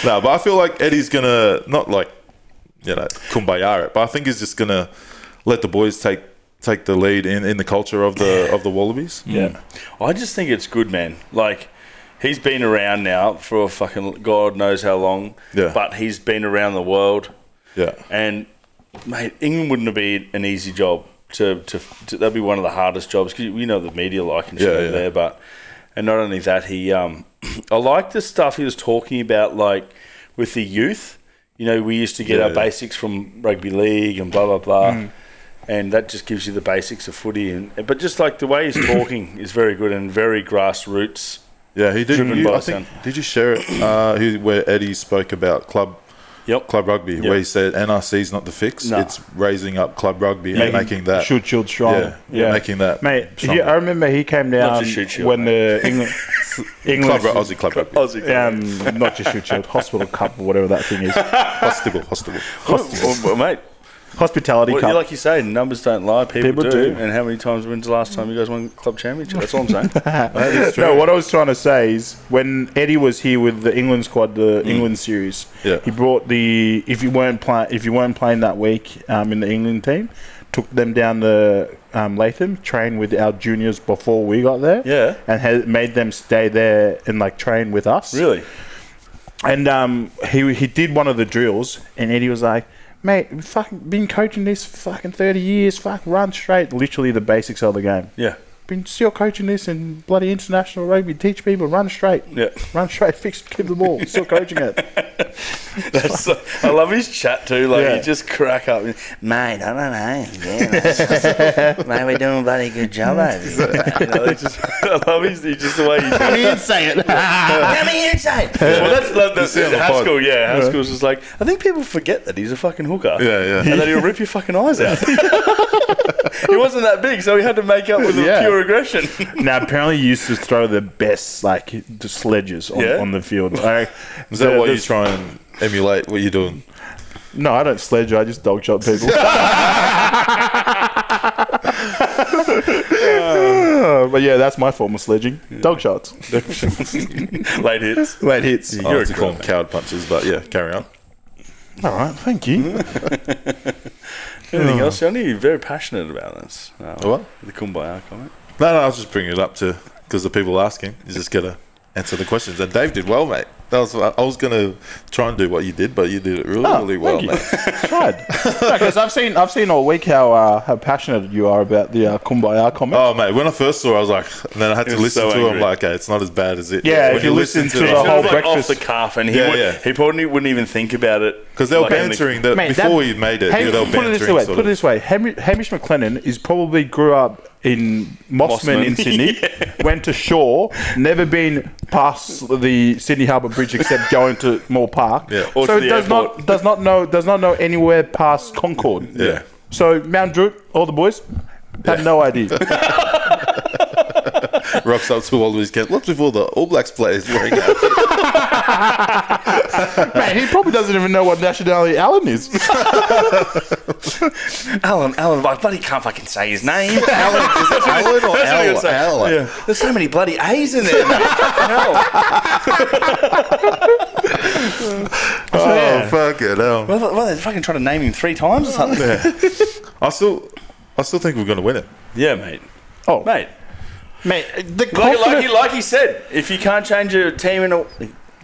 no, but I feel like Eddie's gonna not like you know kumbaya it, but I think he's just gonna let the boys take take the lead in, in the culture of the of the Wallabies.
Yeah. I just think it's good, man. Like, he's been around now for fucking God knows how long.
Yeah.
But he's been around the world.
Yeah,
And, mate, England wouldn't have been an easy job. To, to, to That'd be one of the hardest jobs because you know the media like and shit
Yeah,
over
yeah.
there. But, and not only that, he, um, *clears throat* I like the stuff he was talking about, like with the youth. You know, we used to get
Yeah,
our
yeah.
basics from rugby league and blah, blah, blah. and that just gives you the basics of footy. And but just like the way he's talking is very good and very grassroots.
yeah. He did.
Driven
You,
by
I think did you share it? Uh, he, where Eddie spoke about club
Yep.
club rugby, where he said NRC's not the fix.
No.
It's raising up club rugby and making that.
shoot shield strong.
yeah, yeah, making that.
Mate,
stronger.
yeah, I remember he came
Not
down
just shoot shield,
when the England,
club, *laughs*
England,
ru- Aussie club rugby.
Aussie.
*laughs* um, not just shoot shield, hospital cup or whatever that thing
*laughs*
is,
Hostable, hostable.
Well, well, mate,
hospitality
well,
cup.
you- like you say, numbers don't lie. People,
People
do.
do.
And how many times? When's the last time you guys won club championship? That's all I'm saying.
*laughs* No, what I was trying to say is when Eddie was here with the England squad, the
Mm.
England series,
Yeah.
he brought the if you weren't playing if you weren't playing that week um, in the England team, took them down the um, Latham, trained with our juniors before we got there,
Yeah.
and had made them stay there and like train with us,
really?
and um, he he did one of the drills, and Eddie was like, "Mate, we've fucking been coaching this for fucking thirty years. Fuck, run straight. Literally the basics of the game.
Yeah.
Been still coaching this in bloody international rugby. Teach people run straight.
Yeah.
run straight. Fix, keep the ball. Still coaching it.
That's so, I love his chat too. Like
Yeah.
you just crack up.
Mate, I don't know. Yeah, mate. mate, we're doing a bloody good job over here.
You know, it's just, *laughs* I love his just the way he
Come here and say it. Come here and say it.
well, that's that,
You see on the
Haskell.
pod.
Yeah, Haskell's just like I think people forget that he's a fucking hooker.
Yeah, yeah.
and that he'll rip your fucking eyes out. *laughs* he wasn't that big, so he had to make up with
Yeah.
pure aggression.
*laughs*
*laughs*
now apparently, you used to throw the best like the sledges on,
Yeah?
on the field. I,
Is that what you try and emulate? What you're doing?
No, I don't sledge. I just dog shot people. *laughs* Uh, but yeah, that's my form of sledging. Dog shots.
Late hits.
Late hits.
I like to call them coward punches, but yeah, carry on.
All right, thank you.
Anything else? Johnny? You're very passionate about this. Uh,
What?
The kumbaya comment.
No, no, I was just bringing it up to because the people asking, you just gotta answer the questions. And Dave did well, mate. That was I was gonna try and do what you did, but you did it really, really well.
Oh, Thank you.
mate. *laughs*
Tried. Because I've seen I've seen all week how uh, how passionate you are about the uh, kumbaya comment.
Oh mate, when I first saw, it, I was like, and then I had to
was
listen
so
to it. I'm
angry.
like, okay, it's not as bad as it.
Yeah,
when
if you listen to
it,
the
It's
whole
like
breakfast-
off the cuff, and he
Yeah,
would,
yeah.
he probably wouldn't even think about it
because they were
Like, in the-
bantering that
Mate, that-
Oh, before you made it.
Ham-
yeah, they were
put it
bantering.
this way.
sort
Put it
of.
this way. Ham- Hamish McLennan is probably grew up in Mossman, in
*laughs*
Mossman.
Sydney, went to Shore, never been past the Sydney Harbour Bridge except going to Moore Park.
Yeah,
or
so
to the
does not
airport.
does not know does not know anywhere past Concord.
Yeah.
So Mount Druitt, all the boys had no
*laughs*
idea.
Rocks up to Wallabies camp. What's with all the All Blacks players wearing out?
Man, he probably doesn't even know what nationality Alan *laughs* is.
Alan, Alan, I bloody can't fucking say his name. Alan, is it
Alan or Al? Al?
There's so many bloody A's in there. mate. Hell.
Oh, fucking hell.
Well, well, they're fucking trying to name him three times or something.
I still, I still think we're going to win it.
Yeah, mate.
Oh,
Mate.
mate, the
Like, like, he,
confidence-
like he said, if you can't change your team in a.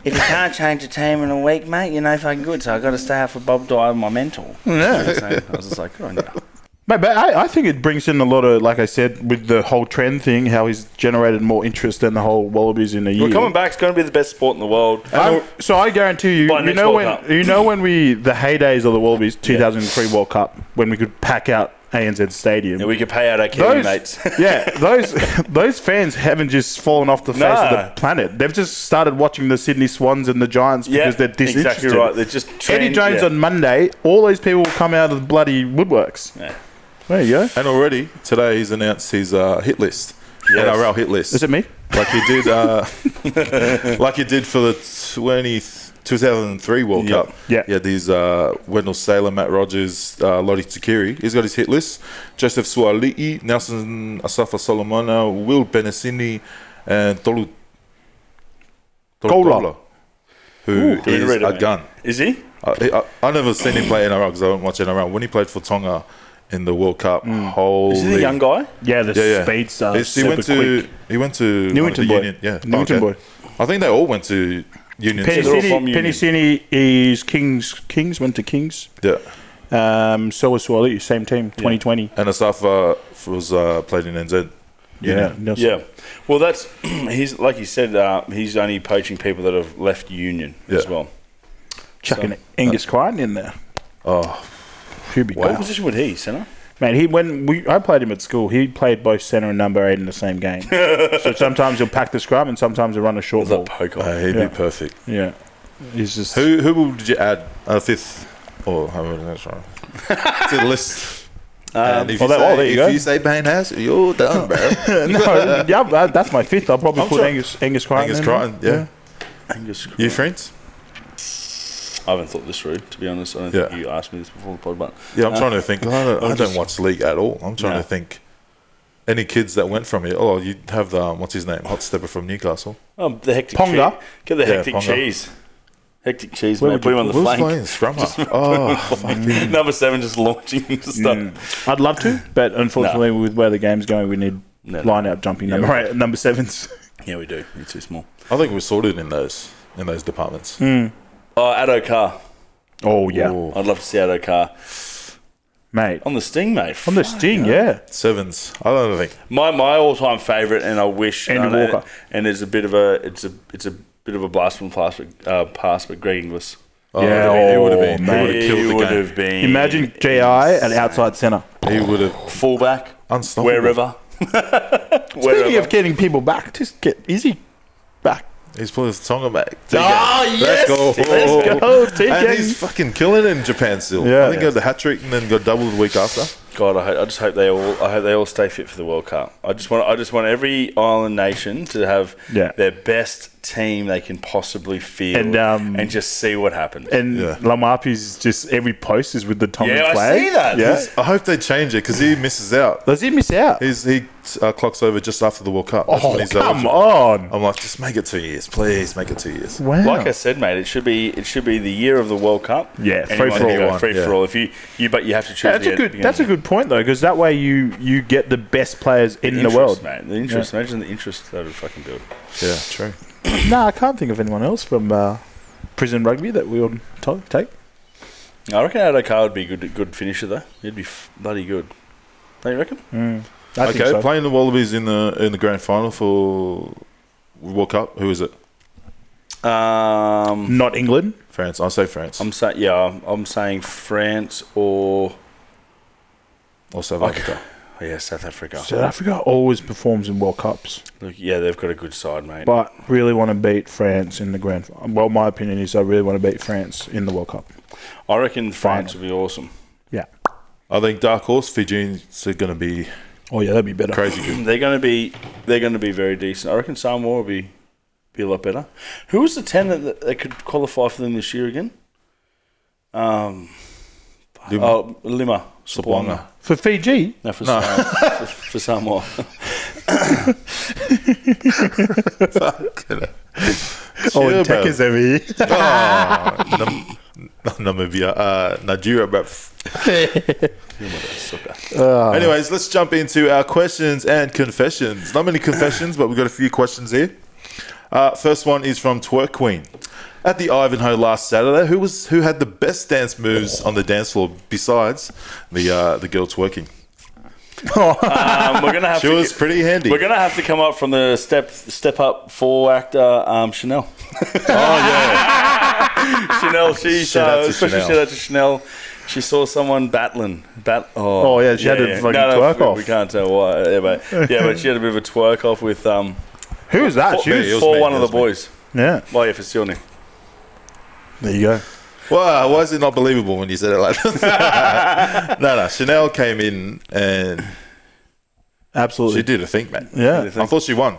If you can't change a team in a week, mate, you're no fucking good. So I've got to stay out for Bob Dyer,
*laughs*
my mentor. Yeah. I was just like, "Oh, good on you.
Mate, but I, I think it brings in a lot of, like I said, with the whole trend thing, how he's generated more interest than the whole Wallabies in a year.
We're coming back. It's going to be the best sport in the world. Um,
I'm- so I guarantee you,
By
you
next
know
World
when
Cup.
you know when we the heydays of the Wallabies, 2003 World Cup, when we could pack out ANZ Stadium.
And we could pay out our Kiwi
those,
*laughs* mates.
*laughs*
*laughs*
yeah, those those fans haven't just fallen off the face
Nah.
of the planet. They've just started watching the Sydney Swans and the Giants
Yeah,
because they're disinterested.
exactly right. They're just
Eddie
trend-
Jones
yeah.
on Monday. All these people will come out of the bloody woodworks. There you go.
And already today, he's announced his uh, hit list,
Yes.
NRL hit list.
Is it me?
*laughs* like he did, uh, *laughs* like he did for the 20, 2003 World
Yeah.
Cup.
Yeah.
he had these uh, Wendell Sailor, Matt Rogers, uh, Lottie Takiri. He's got his hit list: Joseph Suali'i, Nelson Asafa Solomona, Will Benesini, and Tolu
Kola.
Tolu who is
Can we read it,
a
mate?
gun.
Is he?
I, I, I never seen him play NRL because I don't watch NRL. When he played for Tonga in the World Cup,
Mm.
holy
Is he the young guy?
Yeah, the
yeah, yeah.
speeds are
He's- he went to he went to one of the
Newington boy.
Union, yeah, Oh,
Newington boy.
I think they all went to Union.
Penny- They're all from
Pennicini,
Union.
Pennicini is Kings. Kings went to Kings.
yeah,
Um, so was Swali, same team, 2020.
and Asafa was uh, played in NZ.
Yeah. Nelson.
Yeah. Well, that's *clears throat* he's like he said. Uh, he's only poaching people that have left Union as
Yeah.
well.
Chucking Angus Crichton in there.
Oh,
Should be
What
good.
position would he center?
Man, he when we I played him at school, he played both centre and number eight in the
*laughs*
same game. so sometimes he'll pack the scrum and sometimes he'll run a short ball.
That poker.
uh, he'd
Yeah.
be perfect.
Yeah. He's just
Who who would you add uh, fifth or however that's
*laughs*
right to the list? and if
well,
you
that-
say,
oh, there you
if
go.
you say Bane House, you're done,
*laughs*
bro.
*laughs* no, yeah, that- that's my fifth. I'll probably
I'm
put
sure.
Angus Angus Crichton.
Angus
in
Crichton,
there.
yeah.
Angus
You
Crichton.
friends?
I haven't thought this through, to be honest. I don't
Yeah.
think you asked me this before the pod, but
Yeah, I'm trying to think. I don't, I don't watch the league at all. I'm trying
No.
to think. Any kids that went from here? Oh, you have the um, what's his name, hot stepper from Newcastle.
um, the hectic
Ponga?
cheese. Get the
Yeah,
hectic
Ponga.
cheese. Hectic cheese,
Where
mate.
would
Put
you
him on the
Who's
flank.
playing
*laughs*
scrummer? Oh,
*laughs*
fucking-
Number seven just launching into stuff.
Mm.
I'd love to, but unfortunately, with where the game's going, we need
No, no.
line out jumping number eight, number sevens. *laughs*
Yeah, we do. You're too small.
I think we're sorted in those in those departments.
Hmm.
Oh, Addo Carr.
Oh yeah,
Ooh.
I'd love to see Addo Carr
mate.
on the sting, mate.
On the sting, yeah.
Sevens. I don't think.
My my all time favourite, and I wish
Andy
and, and,
Walker.
it's a bit of a it's a it's a bit of a blast from pass, but, uh, pass, but Greg Inglis.
Oh,
Yeah,
he
oh,
would have been. He
mate.
would have killed the
would
game.
have been
Imagine GI at outside centre.
He would have
fullback
unstoppable.
*laughs*
wherever.
Speaking
wherever.
of getting people back, just get Izzy back.
He's pulling his tongue back.
Ah,
Let's
yes!
go.
Let's go, TK.
And he's fucking killing it in Japan still.
Yeah.
I think he got the hat trick and then got double the week after.
God, I, hope, I just hope they all I hope they all stay fit for the World Cup. I just want I just want every island nation to have
Yeah.
their best team they can possibly field
And, um,
and just see what happens.
And
Yeah.
Lamapi's just every post is with the Tongan
Yeah, I
flag.
see that.
Yeah.
I hope they change it because he misses out.
Does he miss out?
He's, he uh, clocks over just after the World Cup. That's
oh,
when he's
come
eligible.
on.
I'm like, just make it two years, please. Make it two years.
Wow.
Like I said, mate, it should be it should be the year of the World Cup.
Yeah, free
Anyone
for
can
all.
go
Anyone,
Free
yeah.
for all. If you, you but you have to choose.
that's
the
a good.
beginning.
That's a good point though, because that way you you get the best players in the
interest,
world.
mate.
*coughs*
The interest. Imagine the interest that would fucking build.
Yeah, true.
No, I can't think of anyone else from uh, prison rugby that we all to- take.
I reckon Adokar would be a good, good finisher, though. He'd be f- bloody good. Don't you reckon?
I
okay,
think so.
playing the Wallabies in the in the grand final for World Cup. Who is it?
Um,
Not England.
France. I say France.
I'm saying, yeah, I'm, I'm saying France or
or South Africa.
Oh, yeah, South Africa.
South Africa always performs in World Cups,
Look, yeah, they've got a good side, mate.
but really want to beat France in the grand. Well, my opinion is I really want to beat France in the World Cup.
I reckon France would be awesome. *clears throat*
Yeah.
I think dark horse Fijians are going to be
Oh yeah, that'd be better.
crazy
*laughs*
good.
They're going to be they're going to be very decent. I reckon Samoa will be be a lot better. Who was the ten that, that could qualify for them this year again? Um,
Lima.
oh Lima Sapuanga.
Wonga.
*laughs*
For Fiji,
No, for, Samoa, for, for
*laughs*
Samoa.
oh,
Yeah,
and
bro.
Tekka's over here.
Nam- *laughs* Namibia, uh, Nigeria, bro. Anyways, let's jump into our questions and confessions. Not many confessions, but we've got a few questions here. Uh, first one is from Twerk Queen. At the Ivanhoe last Saturday, who was who had the best dance moves on the dance floor besides the uh, the girl twerking?
Um, we're gonna have
She
to
was
get-
pretty handy.
We're gonna have to come up from the step step up four actor um, Chanel. oh yeah, Chanel. She
Ah, Shout out
uh,
to
especially
Chanel.
shout out to Chanel. She saw someone battling. Bat- oh,
Oh, yeah, she had a fucking twerk
we,
off.
We can't tell why. Yeah but, yeah, but she had a bit of a twerk off with um
Who is that?
for,
She was-
me, it was
for
me,
one
it
of the
was me.
boys.
yeah.
Well, yeah, for Sione.
There you go.
Wow, why is it not believable when you said it like
*laughs*
that? *laughs* no, no. Chanel came in and she
Absolutely.
did a think, man.
Yeah.
I thought she won.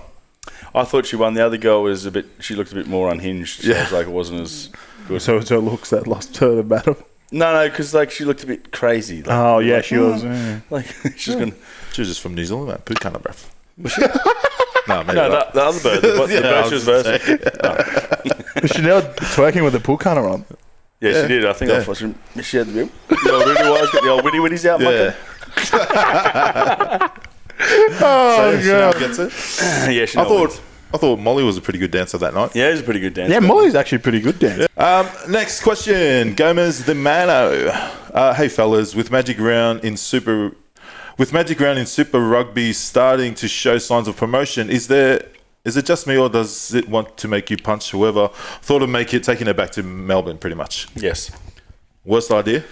I thought she won. The other girl was a bit. She looked a bit more unhinged. So yeah. was like it wasn't as good.
So so looks that lost her the battle.
No, no, because like she looked a bit crazy.
Uh,
Like,
Oh yeah, she was. yeah.
like *laughs* she's gonna.
She was just from New Zealand, man. Pukana, bruv. no, maybe
No,
not.
that, the other bird. The,
*laughs* Yeah,
the
I
bird
was
she was
gonna
versing.
Chanel twerking with the pool cutter on.
Yeah, she did. I think
Yeah.
I watching. She had the, the old witty wise, got the old witty witties out.
Yeah.
Yeah,
So
*laughs*
Oh
Chanel gets it.
yeah. She
I thought I thought Molly was a pretty good dancer that night.
Yeah, it was a pretty good dance.
Yeah,
but-
Molly's actually pretty good dancer.
Um, next question, Gomez the Mano. Uh, hey fellas, with Magic Round in Super, with Magic Round in Super Rugby starting to show signs of promotion, is there? Is it just me, or does it want to make you punch whoever thought of make it taking it back to Melbourne? Pretty much,
yes.
worst idea.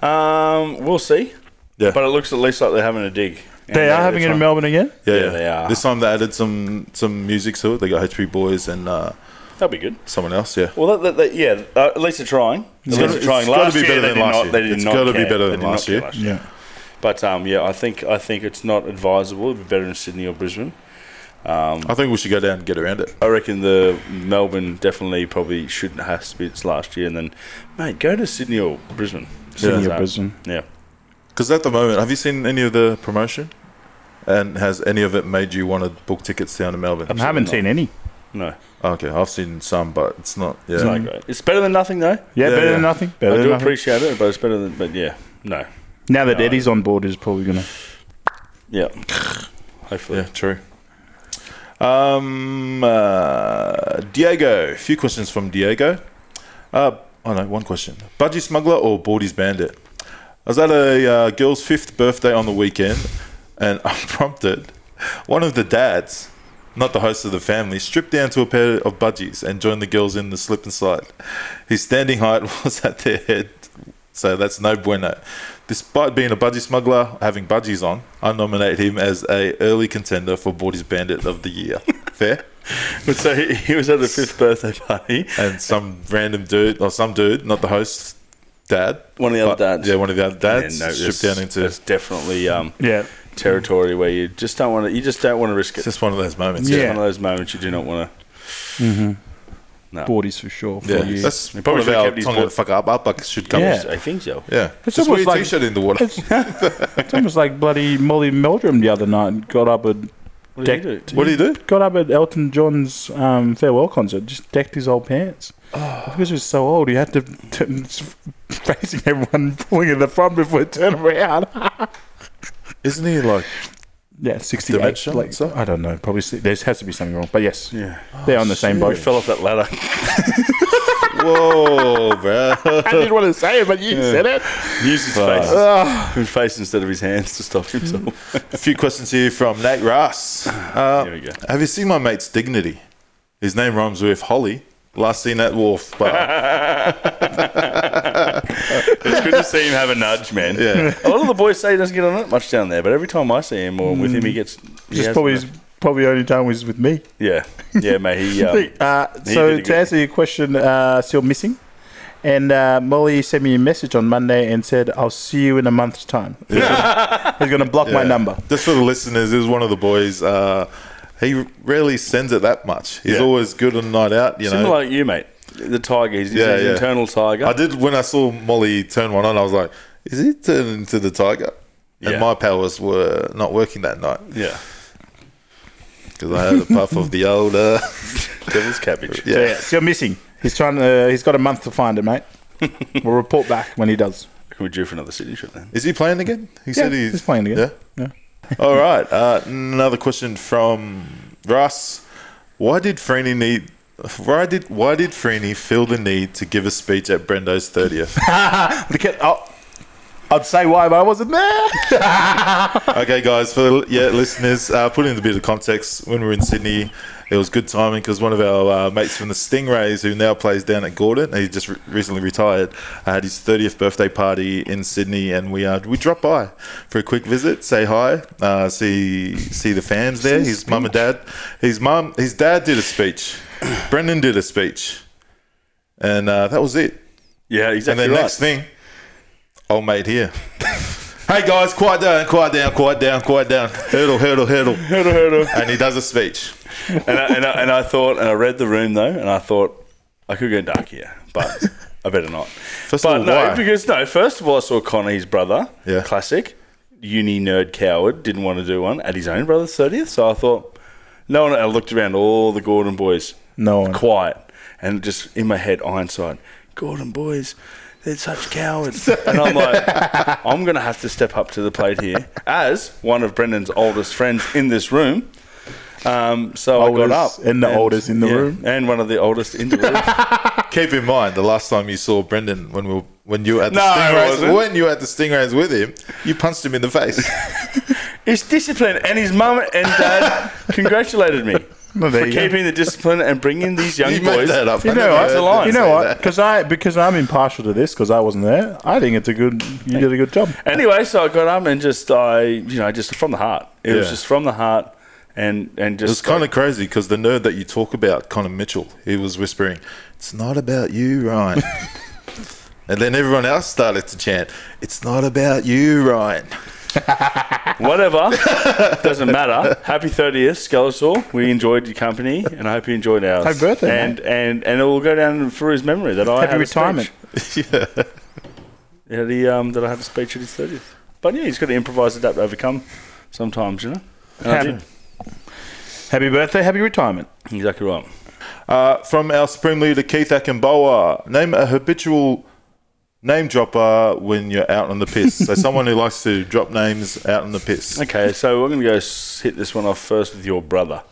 Um, we'll see.
Yeah.
but it looks at least like they're having a dig. And
They are having
they're
it
trying-
in Melbourne again.
Yeah, they are.
This time they added some some music to it. They got HP Boys and uh,
That'll be good.
someone else. Yeah,
Well, that, that, that, yeah, uh, at least they're trying. At least
gotta-
they're trying.
it's gotta
Last
be
year,
better
they
than
did
last
not-
year.
They did
It's
not
gotta be
care.
better
They
than
did not
last
care
year.
year.
Yeah.
But um, yeah, I think I think it's not advisable. It'd be better in Sydney or Brisbane.
I think we should go down and get around it.
I reckon the Melbourne definitely probably should has to be its last year, and then, mate, go to Sydney or Brisbane.
Sydney or
So,
Brisbane.
Yeah.
Because at the moment, have you seen any of the promotion? And has any of it made you want to book tickets down to Melbourne? Oh,
I haven't
not.
seen any.
No,
Okay, I've seen some, but it's not. Yeah,
it's not great. It's better than nothing, though.
Yeah,
Yeah,
better
yeah.
than nothing.
I
Better
do
than nothing.
appreciate it, but it's better than. But yeah, no,
now that Eddie's on board, is probably gonna.
yeah. Hopefully,
yeah, true. Um, uh, Diego, a few questions from Diego. Uh, oh no, one question: Budgie smuggler or Bordy's bandit? I was at a uh, girl's fifth birthday on the weekend, and *laughs* unprompted, one of the dads, not the host of the family, stripped down to a pair of budgies and joined the girls in the slip and slide. His standing height *laughs* was at their head, so that's no bueno. Despite being a budgie smuggler, having budgies on, I nominate him as a early contender for Bordy's Bandit of the
*laughs*
Year. Fair?
But so he, *laughs* he was at the fifth birthday party.
and some random dude or some dude, not the host, dad.
One of the other
But-
dads.
Yeah, one of the other dads.
Yeah, no,
stripped
it's-
down into
it's definitely um,
Yeah.
territory where you just don't want to. You just don't want to risk it.
it's just one of those moments.
It's
Yeah.
one of those moments you do not want to.
Boardies for sure. For
yeah.
you.
That's
He
probably
probably
our
kept his
tongue
ball-
fuck up up like should come.
Yeah.
Yeah,
I think so.
yeah.
It's
Just wear
almost
your
like-
t-shirt in the water.
It's, *laughs* it's almost like bloody Molly Meldrum the other night and got up and
What do you
decked.
do?
What do you do?
Got up at Elton John's um, farewell concert, just decked his old pants. Because he was so old, he had to t- *laughs* facing everyone, pulling at the front before turning around.
*laughs* Isn't he like
yeah, 68.
Dementia,
like,
so?
I don't know. Probably si- there has to be something wrong. But yes,
Yeah. Oh,
they're on the same boat.
We fell off that ladder.
Whoa, bro.
*laughs* I didn't want to say it, but you said it.
Use his face. His face instead of his hands to
*laughs*
stop
*laughs*
himself.
A few questions here from Nate Ross. Uh,
Here we go.
Have you seen my mate's dignity? His name rhymes with Holly. Last seen at Wharf Bar.
*laughs* It's good to see him have a nudge, man.
Yeah.
A lot of the boys say he doesn't get on that much down there, but every time I see him or with
Mm.
him, he gets. he
Just
has-
probably his, probably only time was with me.
Yeah. Yeah, mate.
*laughs*
He, um,
*laughs* Uh,
he
so
did a
to
good-
answer your question, uh, still missing. And uh, Molly sent me a message on Monday and said, "I'll see you in a month's time."
*laughs*
He's going to block my
Yeah.
number.
Just for the listeners, this is one of the boys. Uh, he rarely sends it that much. He's
Yeah.
always good on a night out, you know.
similar like you, mate. The tiger. He's, he's
Yeah,
an
yeah.
internal tiger.
I did when I saw Molly turn one on. I was like, "Is he turning into the tiger?" And
Yeah.
my powers were not working that night *laughs*
Yeah.
because I had a puff of the old. *laughs* Uh,
Devil's cabbage.
So, yeah, still missing. He's trying. To, he's got a month to find it, *laughs* mate. we'll report back when he does.
Can we do for another city trip then?
Is he playing again? He
Yeah, he's playing again.
Yeah.
Yeah.
*laughs* All right. Uh, another question from Russ. Why did Freeney need? Why did Why did Freeney feel the need to give a speech at Brendo's thirtieth?
Look at- oh, I'd say why, but I wasn't there.
okay, guys, for yeah listeners, uh, put in a bit of context. When we were in Sydney, it was good timing because one of our uh, mates from the Stingrays, who now plays down at Gordon, he just re- recently retired, uh, had his thirtieth birthday party in Sydney, and we uh, we dropped by for a quick visit, say hi, uh, see see the fans there. His mum and dad, his mum, his dad did a speech, Brendan did a speech, and uh, that was it.
Yeah,
And
exactly.
then
right.
next thing, old mate here. *laughs* hey guys, quiet down, quiet down, quiet down, quiet down. Hurdle, hurdle, hurdle. *laughs* hurdle, hurdle. And he does a speech.
and, I, and, I, and I thought, and I read the room though, and I thought I could go dark here,
*laughs*
but I better not.
First
but
of all,
no,
why?
because no. First of all, I saw Connor, his brother,
Yeah.
classic uni nerd coward, didn't want to do one at his own brother's thirtieth. So I thought, no one. I looked around all the Gordon boys,
No one.
quiet, and just in my head, Ironside, Gordon boys. They're
*laughs*
such cowards. And I'm like, I'm going to have to step up to the plate here as one of Brendan's oldest friends in this room. Um, so I got
Oldest
up.
and the oldest in the room.
And one of the oldest in the room.
*laughs*
Keep in mind, the last time you saw Brendan when we were, when you were at the
No, I
Stingrays,
wasn't.
when you were at the Stingrays with him, you punched him in the *laughs* face.
It's discipline. And his mum and dad congratulated me
Well, there
for
you go.
keeping the discipline and bringing these
*laughs*
young
you made
boys.
that up.
You
I
know
never heard
what?
him
You
say
know what?
that.
Because I because I'm impartial to this because I wasn't there. I think it's a good. You did a good job.
Anyway, so I got up and just, I, you know, just from the heart. It was
Yeah.
just from the heart. And, and just
It's kind of crazy because the nerd that you talk about, Connor Mitchell, he was whispering, "It's not about you, *laughs* Ryan." and then everyone else started to chant, "It's not about you, Ryan."
whatever. *laughs* Doesn't matter. Happy 30th, Skeletor. We enjoyed your company, and I hope you enjoyed ours.
Happy birthday,
And and and it will go down through his memory that I
Happy
had a
retirement.
speech. *laughs* yeah. The um that I had a speech at his 30th. But yeah, he's got to improvise, adapt, overcome. Sometimes, you know. And I
Happy,
did.
happy birthday. Happy retirement.
Exactly right.
Uh, from our Supreme Leader Keith Akinboa, name a habitual name dropper when you're out on the piss.
*laughs*
so someone who likes to drop names out on the piss.
Okay, so we're gonna go s- hit this one off first with your brother.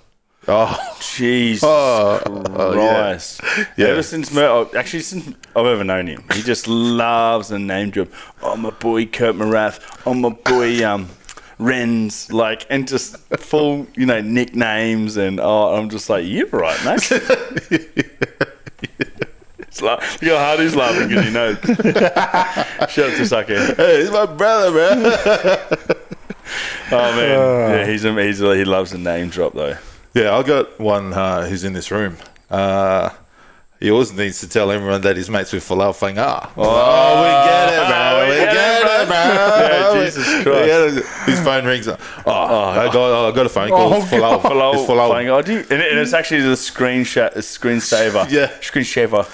Oh, *laughs*
Jesus
Oh, oh, yeah.
Christ!
Yeah.
Ever since Mer- oh, actually since I've ever known him, he just loves a name drop. Oh my boy Kurt Morath. Oh my boy um Renz. Like and just full you know nicknames and oh I'm just like you're right
*laughs*
mate. It's like, look how hard he's laughing because
*laughs*
he knows. Shout out to Sake.
hey, it's my brother, man. *laughs*
Oh man, yeah, he's a, he's a, he loves a name drop though.
yeah, I got one uh, who's in this room. Uh, he always needs to tell everyone that he's mates with Falal
Ah.
Fangar. Oh, we get it, man.
Oh,
we, get, it, man.
Yeah, Jesus
We- we
Christ.
get it. His phone rings. Oh, I, got, I got a phone call.
Oh,
it's Falal.
Falal
It's Falal.
playing- I Oh, do, and, it- and it's actually the screenshot, a screensaver,
Yeah.
screensaver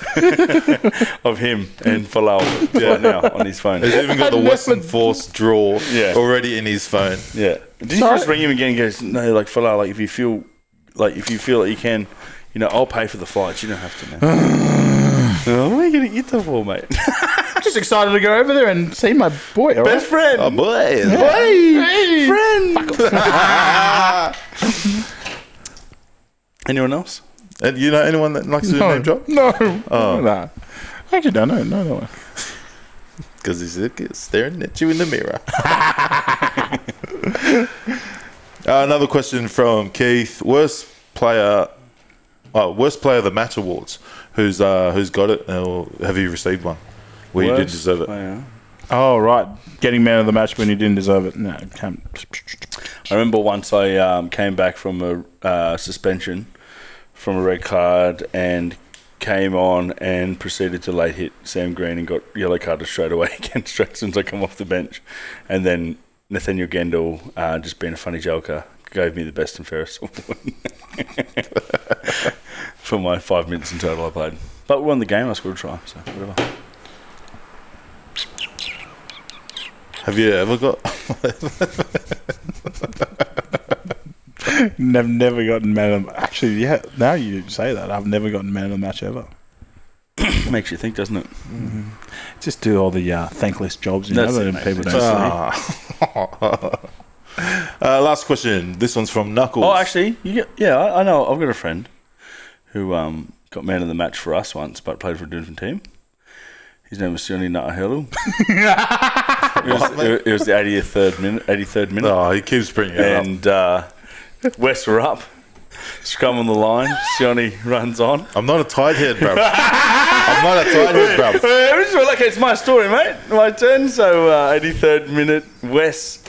*laughs* of him and Falal right now on his phone.
He's even got the
I never-
Western Force draw
Yeah.
already in his phone.
Yeah, did you
Sorry?
just ring him again? and Goes no, like Falal, like if you feel, like if you feel that you can, you know, I'll pay for the flights. You don't have to. Man.
*sighs*
Oh, what are you gonna eat that
*laughs*
for, mate?
I'm just excited to go over there and see my boy. all right?
Best friend,
Oh boy!
Hey, friend.
friend.
*laughs*
*laughs* Anyone else?
And you know anyone that likes to do
no,
a name drop?
No. Oh. Nah. I actually don't know. No, no.
Because he's he's staring at you in the mirror. *laughs* uh, another question from Keith: Worst player, oh, worst player of the match awards. Who's uh, who's got it? Or have you received one? Well, you did
Worst
deserve it.
player.
Oh, right. Getting man of the match when you didn't deserve it. No, can't.
I remember once I um, came back from a uh, suspension from a red card and came on and proceeded to late hit Sam Green and got yellow carded straight away *laughs* again, straight as soon as I come off the bench. And then Nathaniel Gendel, uh, just being a funny joker, gave me the best and fairest *laughs* award for my five minutes in total I played. But we won the game, I scored a try, so whatever.
Have you ever got?
Never, never gotten man of Actually, yeah, now you say that, I've never gotten man of the match ever.
Makes you think, doesn't it?
Just do all the uh, thankless jobs, you
That's
know,
it,
that
mate.
people don't see.
Uh, last question. This one's from Knuckles.
Oh, actually, you get, yeah, I, I know. I've got a friend who um, got man of the match for us once, but played for a different team. His name was Sione Nutahelu. it, was, it, was the 83rd minute. 83rd minute
oh, he keeps bringing it up.
and uh, West were up. Scrum on the line. Sione runs on.
I'm not a tight head,
*laughs*
bro. I'm not a tight head, bro.
Uh, it's well, okay, it's my story, mate. My turn. So, uh, 83rd minute, Wes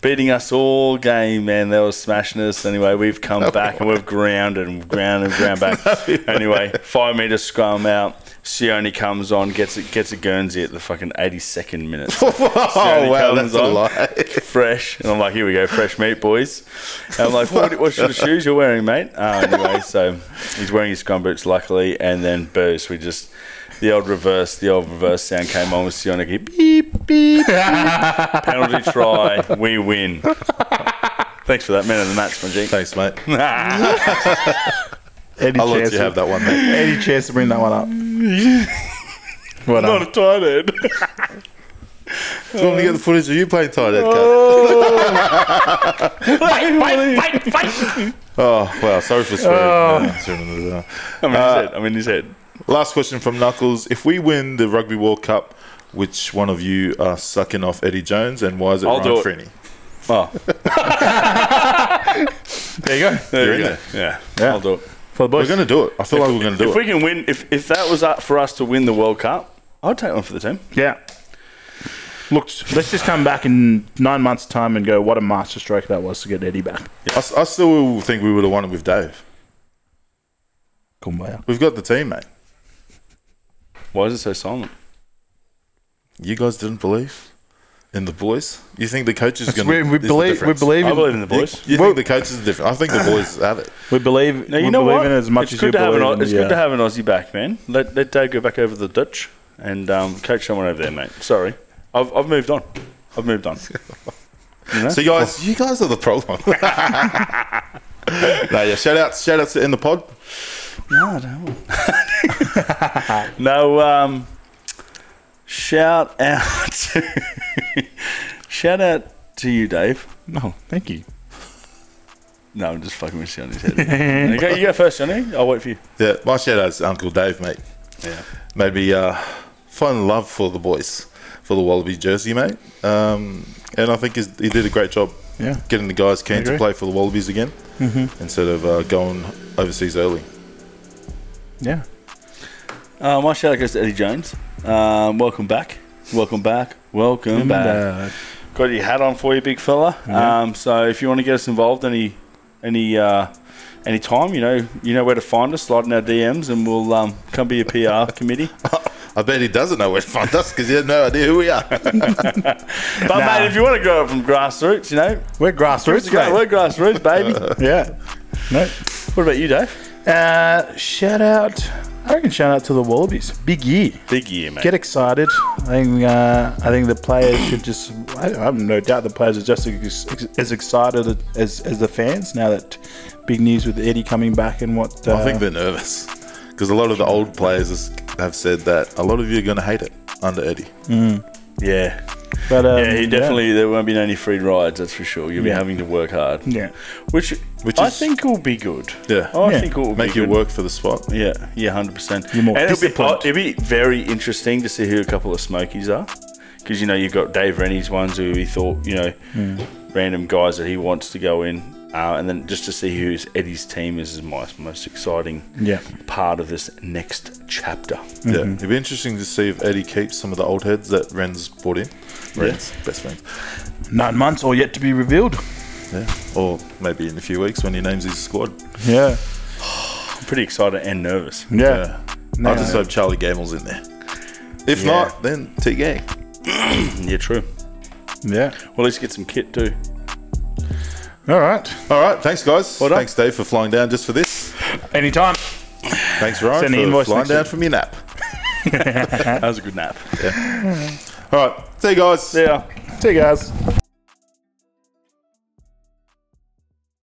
beating us all game, man. They were smashing us. Anyway, we've come back and we've grounded and grounded and ground back. anyway, five metre scrum out. Sione comes on, gets it, gets a Guernsey at the fucking 82nd minute.
Oh, *laughs* wow, that's a lie.
*laughs* Fresh, and I'm like, here we go, fresh meat, boys. And I'm like, what, what sort of shoes you're wearing, mate? Uh, anyway, so he's wearing his scrum boots, luckily, and then boost. We just the old reverse, the old reverse sound came on with Sioniki. Beep beep. beep. Penalty try, we win. Thanks for that, man of the match,
*laughs*
my G.
Thanks, mate.
uh,
Any
I'll let
chance,
you have that one, mate.
any chance to bring that
*laughs*
one up? well done.
Not a tight end. *laughs*
Do you want me to get the footage of you playing tight head, cut? Oh, wow. Sorry for swearing. Yeah,
Oh.
swearing. uh,
I'm in his head. I'm in his head.
Last question from Knuckles. If we win the Rugby World Cup, which one of you are sucking off Eddie Jones and why is it
I'll
Ryan
do it.
Freeney?
Oh,
There you go.
there
in
you go.
there.
Yeah,
Yeah.
I'll do it.
For the
We're
boys.
going to do it. I feel like we're going to do
If
it.
we can win, if, if that was up for us to win the World Cup, I'd take one for the team.
Yeah. Look, let's just come back in nine months' time and go, what a masterstroke that was to get Eddie back.
I, s- I still think we would have won it with Dave.
Kumbaya.
We've got the team, mate.
Why is it so silent?
You guys didn't believe in the boys? You think the coaches going
We, we, believe, we believe
I
in
believe in the boys.
You think the coaches are different? I think the boys have it.
We believe.
Now, you
we
know
believe
what?
in it as
it's
much as
good
you
to have
believe
an,
in
Au- It's
the,
good to
uh,
have an Aussie back, man. Let, let Dave go back over the ditch and um, coach someone over there, mate. Sorry. I've, I've moved on. I've moved
*laughs*
on.
So guys, you guys are the problem. *laughs* no, yeah. Shout outs, shout outs to end the pod.
No, um, shout out *laughs* to, shout out to you, Dave.
No, thank you.
No, I'm just fucking with Johnny's head. you, go, you go first, Johnny. I'll wait for you.
Yeah, my shout outs to Uncle Dave, mate.
Yeah.
Maybe uh, find love for the boys, for the Wallaby jersey, mate. Um, and I think he's, he did a great job.
Yeah.
Getting the guys keen to
agree.
play for the Wallabies again instead of uh, going overseas early.
Yeah.
Uh, my shout out goes to Eddie Jones. Um, welcome back. Welcome back. Welcome back. Got your hat on for you, big fella. Um, so if you want to get us involved any any uh, any time, you know you know where to find us. Slide in our DMs, and we'll um, come be *laughs* your PR committee.
I bet he doesn't know where to find us because he had no idea who we are.
But mate, if you want to grow up from grassroots, you know
We're
give us
grassroots,
a go.
mate.
we're grassroots, *laughs* baby. what
Yeah. No.
about you, Dave?
Uh, shout out. I reckon shout out to the Wallabies. Big year.
Big year, mate.
Get excited. I think. Uh, I think the players should just. I, I'm no doubt the players are just as, as excited as, as the fans now that big news with Eddie coming back and what. Uh,
I think they're nervous because a lot of the old players is- have said that a lot of you are going to hate it under Eddie.
yeah.
But um,
Yeah, he definitely there won't be any free rides. That's for sure. You'll be having to work hard.
Yeah.
which,
Which
which I
is-
think will be good.
Yeah.
I
Yeah.
think it will
Make
be
you
good.
work for the spot.
Yeah, yeah, hundred percent.
You're more
and it'll be,
disciplined.
it'll be very interesting to see who a couple of Smokies are, because you know you've got Dave Rennie's ones who he thought you know
Hmm.
random guys that he wants to go in, uh, and then just to see who's Eddie's team is my most exciting
Yeah.
part of this next chapter.
Yeah, it'd be interesting to see if Eddie keeps some of the old heads that Ren's brought in. Ren's best friend,
nine months or yet to be revealed.
yeah, or maybe in a few weeks when he names his squad.
Yeah,
I'm pretty excited and nervous. *laughs*
yeah.
I just hope Charlie Gable's in there. If
Yeah.
not, then TG.
Yeah, true.
Yeah.
Well, let's get some kit too.
All right.
All right, thanks guys.
Well done.
thanks Dave for flying down just for this.
Anytime.
Thanks Ryan
Send the
for
invoice
flying
next
down
week.
from your nap.
That was a good nap.
All right, see you guys.
Yeah.
See you guys.